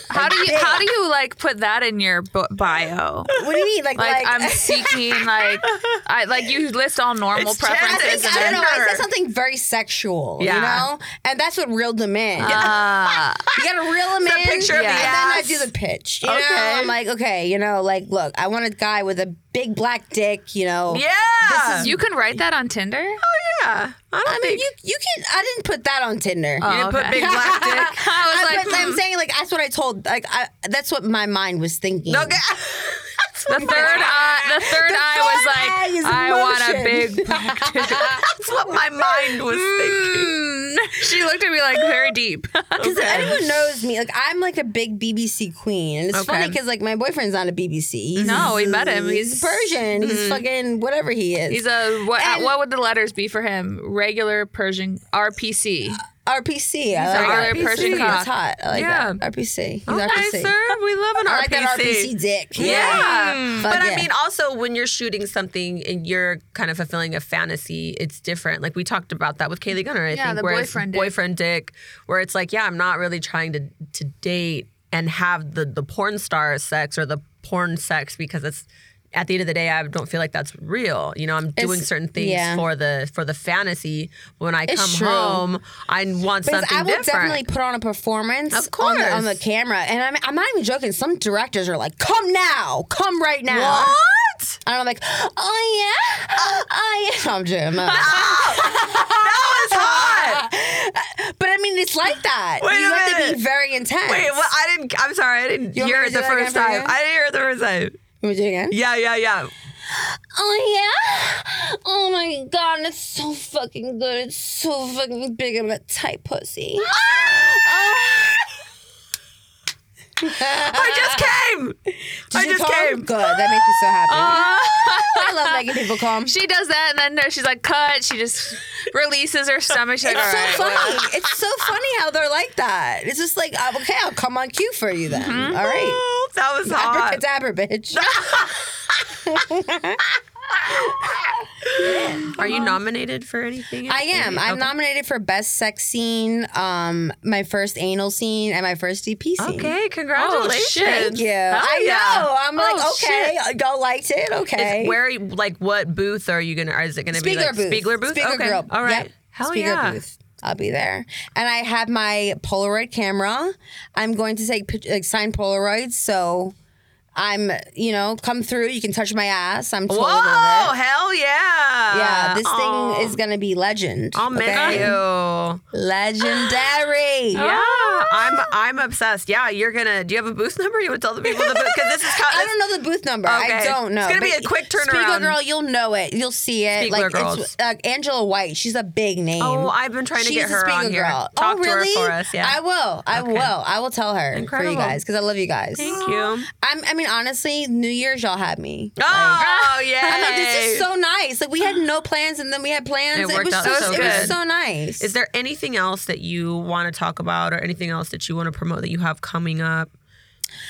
Speaker 1: how
Speaker 3: Like,
Speaker 1: do you
Speaker 3: big.
Speaker 1: how do you like put that in your bu- bio?
Speaker 3: What do you mean? Like,
Speaker 1: Like,
Speaker 3: *laughs*
Speaker 1: I'm seeking like I like you list all normal
Speaker 2: It's terrible.
Speaker 3: I
Speaker 1: preferences.
Speaker 3: think,
Speaker 1: and
Speaker 3: I don't know.
Speaker 1: then-
Speaker 3: I
Speaker 2: Tinder.
Speaker 3: said something very sexual,
Speaker 2: Yeah. Uh-huh.
Speaker 3: you know, and that's what reeled them in. you gotta reel them
Speaker 2: It's a
Speaker 3: in.
Speaker 2: picture of
Speaker 1: the
Speaker 3: and then I
Speaker 2: ass.
Speaker 3: do the pitch. You
Speaker 2: Okay.
Speaker 3: know, I'm like, okay, you know, like, look, I want a guy with a big black dick. You know,
Speaker 2: Yeah.
Speaker 1: You can write that on Tinder.
Speaker 2: Oh, yeah. I don't
Speaker 3: I mean,
Speaker 2: think
Speaker 3: you you can. I didn't put that on Tinder.
Speaker 1: Oh,
Speaker 2: you didn't put
Speaker 1: okay. *laughs*
Speaker 2: big black
Speaker 1: I was
Speaker 2: dick.
Speaker 3: I,
Speaker 1: like, hmm.
Speaker 3: but I'm saying like that's what I told like I, that's what my mind was
Speaker 2: *laughs*
Speaker 3: thinking.
Speaker 2: Okay. *laughs*
Speaker 1: The third eye, the third eye was like,
Speaker 3: third eye is
Speaker 1: I want a
Speaker 3: emotion." *laughs*
Speaker 1: big black dick.
Speaker 2: That's what my mind was thinking.
Speaker 3: Hmm.
Speaker 1: Mm. She looked at me like very
Speaker 3: *laughs*
Speaker 1: deep.
Speaker 3: Because if anyone knows me, like I'm like a big BBC queen, and it's
Speaker 2: Okay.
Speaker 3: funny because like my boyfriend's not a BBC. He's-
Speaker 1: No, we met him.
Speaker 3: He's
Speaker 1: He's- mm-hmm.
Speaker 3: Persian. He's fucking whatever he is.
Speaker 1: He's a what?
Speaker 3: And-
Speaker 1: what would the letters be for him? Regular Persian RPC.
Speaker 3: *laughs* RPC. I like
Speaker 1: regular
Speaker 3: RPC.
Speaker 1: Persian cock.
Speaker 3: That's hot. I like
Speaker 2: Yeah.
Speaker 3: that. RPC. He's
Speaker 2: Okay,
Speaker 3: RPC.
Speaker 2: sir. We love an
Speaker 3: I
Speaker 2: RPC.
Speaker 3: like that RPC dick. Mm.
Speaker 2: Yeah.
Speaker 3: Fuck
Speaker 2: But I
Speaker 3: yeah.
Speaker 2: mean, also, when you're shooting something and you're kind of fulfilling a fantasy, it's different. Like we talked about that with Kaylee Gunner, I
Speaker 1: Yeah,
Speaker 2: think,
Speaker 1: the
Speaker 2: where it's
Speaker 1: boyfriend dick.
Speaker 2: boyfriend dick, where it's like, yeah, I'm not really trying to, to date and have the, the porn star sex or the porn sex because it's. At the end of the day, I don't feel like that's real. You know, I'm doing certain things
Speaker 3: yeah.
Speaker 2: for the for the fantasy. When I come
Speaker 3: true.
Speaker 2: home, I want
Speaker 3: Because
Speaker 2: something
Speaker 3: I will
Speaker 2: different.
Speaker 3: definitely put on a performance
Speaker 2: Of
Speaker 3: On,
Speaker 2: course.
Speaker 3: the, on the camera. And I'm, I'm not even joking. Some directors are like, come now. Come right now. *laughs*
Speaker 2: what?
Speaker 3: And I'm like, oh, yeah. Oh, yeah. *laughs* I'm joking. I'm not-
Speaker 2: *laughs* That was hot.
Speaker 3: but I mean, it's like that.
Speaker 2: Wait
Speaker 3: you
Speaker 2: a
Speaker 3: have to
Speaker 2: minute.
Speaker 3: be very intense.
Speaker 2: Wait, well, I didn't. I'm sorry, I didn't
Speaker 3: You want
Speaker 2: hear
Speaker 3: me
Speaker 2: it
Speaker 3: to
Speaker 2: the
Speaker 3: do that
Speaker 2: first
Speaker 3: again for
Speaker 2: time.
Speaker 3: you?
Speaker 2: I didn't hear it the first time.
Speaker 3: You want me to do it again?
Speaker 2: Yeah, yeah, yeah.
Speaker 3: Oh yeah. Oh my god, it's so fucking good. It's so fucking big. I'm a tight pussy. *laughs*
Speaker 2: I just came. I
Speaker 3: Did you
Speaker 2: just
Speaker 3: call?
Speaker 2: came.
Speaker 3: Good. That makes me so
Speaker 2: *laughs*
Speaker 3: happy. I love making people calm.
Speaker 1: She does that, and then she's like, "Cut." She just releases her stomach. She's like,
Speaker 3: It's
Speaker 1: "All
Speaker 3: so
Speaker 1: right."
Speaker 3: funny. It's so funny how they're like that. It's just like, uh, okay, I'll come on cue for you then.
Speaker 2: Mm-hmm.
Speaker 3: All right.
Speaker 2: *laughs* Oh, that was hot.
Speaker 3: Abracadabra, bitch.
Speaker 2: Are you nominated for anything?
Speaker 3: I am. I'm nominated for best sex scene, um, my first anal scene, and my first DP scene.
Speaker 2: Okay, congratulations. Oh,
Speaker 1: shit.
Speaker 3: Thank you.
Speaker 2: Hell
Speaker 3: I
Speaker 2: yeah.
Speaker 3: know. I'm like,
Speaker 1: Oh,
Speaker 3: okay, y'all liked it. Okay.
Speaker 2: Is, where, like, what booth are you gonna? or Is it gonna
Speaker 3: Spiegler
Speaker 2: be like
Speaker 3: booth.
Speaker 2: Spiegler booth?
Speaker 3: Spiegler
Speaker 2: okay,
Speaker 3: Grill.
Speaker 2: all right.
Speaker 3: Yep.
Speaker 2: Hell
Speaker 3: Spiegler
Speaker 2: yeah.
Speaker 3: booth. I'll be there, and I have my Polaroid camera. I'm going to take pic- like sign Polaroids, so I'm you know come through. You can touch my ass. I'm totally with
Speaker 2: Whoa!
Speaker 3: it.
Speaker 2: Hell yeah!
Speaker 3: Yeah, this
Speaker 2: Aw.
Speaker 3: thing is gonna be legend.
Speaker 2: I'll miss
Speaker 3: okay?
Speaker 2: you.
Speaker 3: Legendary.
Speaker 2: *gasps* Yeah,
Speaker 3: Ah.
Speaker 2: I'm I'm obsessed. Yeah, you're gonna. Do you have a booth number? You want to tell the people the booth because this is. co-
Speaker 3: *laughs* I don't know the booth number.
Speaker 2: Okay.
Speaker 3: I don't know.
Speaker 2: It's gonna be
Speaker 3: But
Speaker 2: a quick
Speaker 3: Spiegel
Speaker 2: turnaround.
Speaker 3: girl, you'll know it. You'll see it.
Speaker 2: Spiegler
Speaker 3: like
Speaker 2: Girls.
Speaker 3: it's uh, Angela White. She's a big name.
Speaker 2: Oh, I've been trying to
Speaker 3: She's
Speaker 2: get
Speaker 3: a
Speaker 2: her on
Speaker 3: Spiegel
Speaker 2: here.
Speaker 3: Girl.
Speaker 2: Talk
Speaker 3: oh, really?
Speaker 2: to her for us. Yeah.
Speaker 3: I will. I will. I will tell her for
Speaker 2: Incredible.
Speaker 3: you guys because I love you guys.
Speaker 2: Thank you.
Speaker 3: I'm, I mean, honestly, New Year's y'all had me.
Speaker 2: Oh yeah.
Speaker 3: I'm like, *laughs* this is so nice. Like we had no plans, and then we had plans.
Speaker 2: It
Speaker 3: It,
Speaker 2: worked
Speaker 3: was
Speaker 2: out
Speaker 3: so,
Speaker 2: so
Speaker 3: it
Speaker 2: good.
Speaker 3: was so nice.
Speaker 2: Is there anything else that you want to talk about or anything else that you want to promote that you have coming up?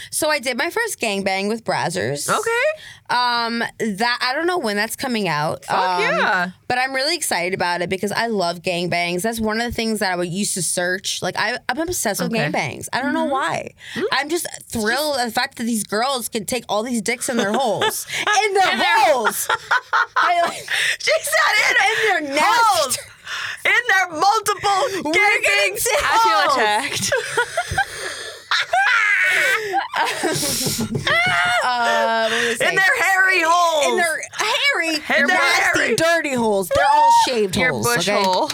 Speaker 3: so I did my first gangbang with Brazzers.
Speaker 2: Okay.
Speaker 3: Um, that I don't know when that's coming out.
Speaker 2: Fuck
Speaker 3: um,
Speaker 2: yeah.
Speaker 3: But I'm really excited about it because I love gangbangs. That's one of the things that I would used to search. Like I, I'm obsessed with
Speaker 2: Okay.
Speaker 3: gangbangs. I don't know why. I'm just thrilled at the fact that these girls can take all these dicks in their holes, in their holes, I,
Speaker 2: She said
Speaker 3: in their nest.
Speaker 2: In their multiple gangs.
Speaker 1: I feel
Speaker 3: *laughs*
Speaker 1: attacked.
Speaker 3: Uh, what was Um, I
Speaker 2: In their hairy holes.
Speaker 3: in their hairy,
Speaker 2: Hairy,
Speaker 3: nasty,
Speaker 2: hairy.
Speaker 3: dirty holes. They're all shaved
Speaker 1: Your
Speaker 3: holes.
Speaker 1: bush
Speaker 3: okay?
Speaker 1: hole.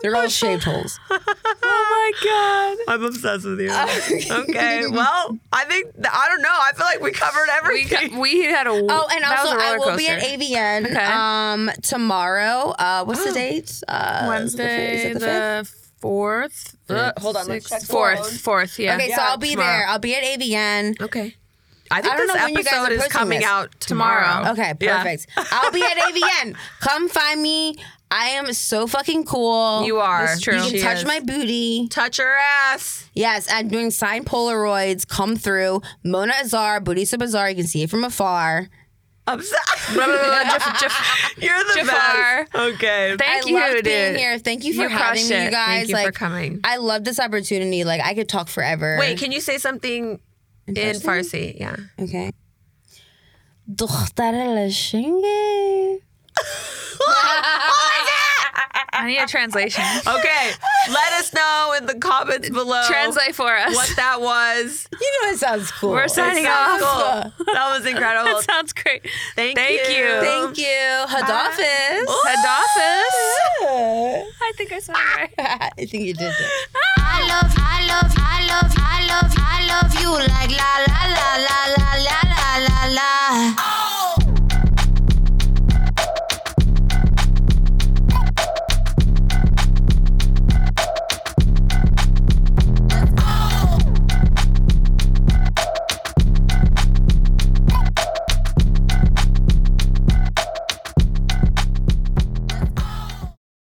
Speaker 3: They're all shaved holes.
Speaker 1: Oh my god.
Speaker 2: I'm obsessed
Speaker 1: *laughs*
Speaker 2: with you. okay. Well, I think th- I don't know. I feel like we covered
Speaker 1: We,
Speaker 2: everything.
Speaker 1: *laughs* got, we had a
Speaker 3: Oh, and
Speaker 1: that was
Speaker 3: also
Speaker 1: a
Speaker 3: I
Speaker 1: roller
Speaker 3: will be at
Speaker 1: coaster.
Speaker 3: AVN
Speaker 1: Okay.
Speaker 3: um, tomorrow. Uh, what's the date? Uh, is it the fi-
Speaker 1: Wednesday
Speaker 3: is it
Speaker 1: the,
Speaker 3: the fifth?
Speaker 1: fourth.
Speaker 2: Uh, hold on,
Speaker 1: sixth-
Speaker 2: let's check the
Speaker 1: fourth,
Speaker 2: phone.
Speaker 1: fourth. Yeah.
Speaker 3: Okay, so
Speaker 2: Yeah,
Speaker 3: I'll be
Speaker 2: tomorrow.
Speaker 3: there. I'll be at AVN.
Speaker 2: okay. I think
Speaker 3: I don't
Speaker 2: this
Speaker 3: know when you guys
Speaker 2: episode
Speaker 3: are
Speaker 2: is
Speaker 3: posting
Speaker 2: coming
Speaker 3: this.
Speaker 2: out tomorrow.
Speaker 1: Tomorrow.
Speaker 3: Okay,
Speaker 2: Yeah.
Speaker 3: perfect. I'll be at AVN. Come find me. I am so fucking cool.
Speaker 2: You are.
Speaker 1: That's true.
Speaker 3: You can
Speaker 1: She
Speaker 3: touch
Speaker 2: is.
Speaker 3: my booty.
Speaker 2: Touch her ass.
Speaker 3: Yes, I'm doing signed Polaroids. Come through. Mona Azar, Budisa Bazaar. You can see it from afar.
Speaker 2: *laughs* Obs-
Speaker 1: *laughs* Blah, blah, blah, blah, Jaf- Jaf-
Speaker 2: *laughs* You're the
Speaker 1: Jafar.
Speaker 2: best. Okay.
Speaker 1: Thank
Speaker 3: I
Speaker 1: you,
Speaker 3: love
Speaker 1: dude.
Speaker 3: being here. Thank you for
Speaker 1: You
Speaker 3: having
Speaker 1: crushed
Speaker 3: me,
Speaker 1: it.
Speaker 3: you
Speaker 1: Thank
Speaker 3: guys.
Speaker 2: Thank you
Speaker 3: like,
Speaker 2: for coming.
Speaker 3: I love this opportunity. Like, I could talk forever.
Speaker 2: Wait, can you say something in, Farsi? Yeah.
Speaker 3: Okay. دختر لشنگه
Speaker 1: I need a *laughs* translation.
Speaker 2: Okay. Let us know in the comments below.
Speaker 1: Translate for us.
Speaker 2: what that was.
Speaker 3: You know it sounds cool.
Speaker 1: We're signing off.
Speaker 2: That was cool. That
Speaker 1: *laughs*
Speaker 2: was incredible.
Speaker 1: That sounds great.
Speaker 2: Thank
Speaker 1: you.
Speaker 2: you.
Speaker 3: Thank you. Hadafis.
Speaker 1: Hadafis. I think I said it right.
Speaker 3: *laughs* I think you did it.
Speaker 4: I love, I love, I love, I love, I love you like la la la la la la la la la.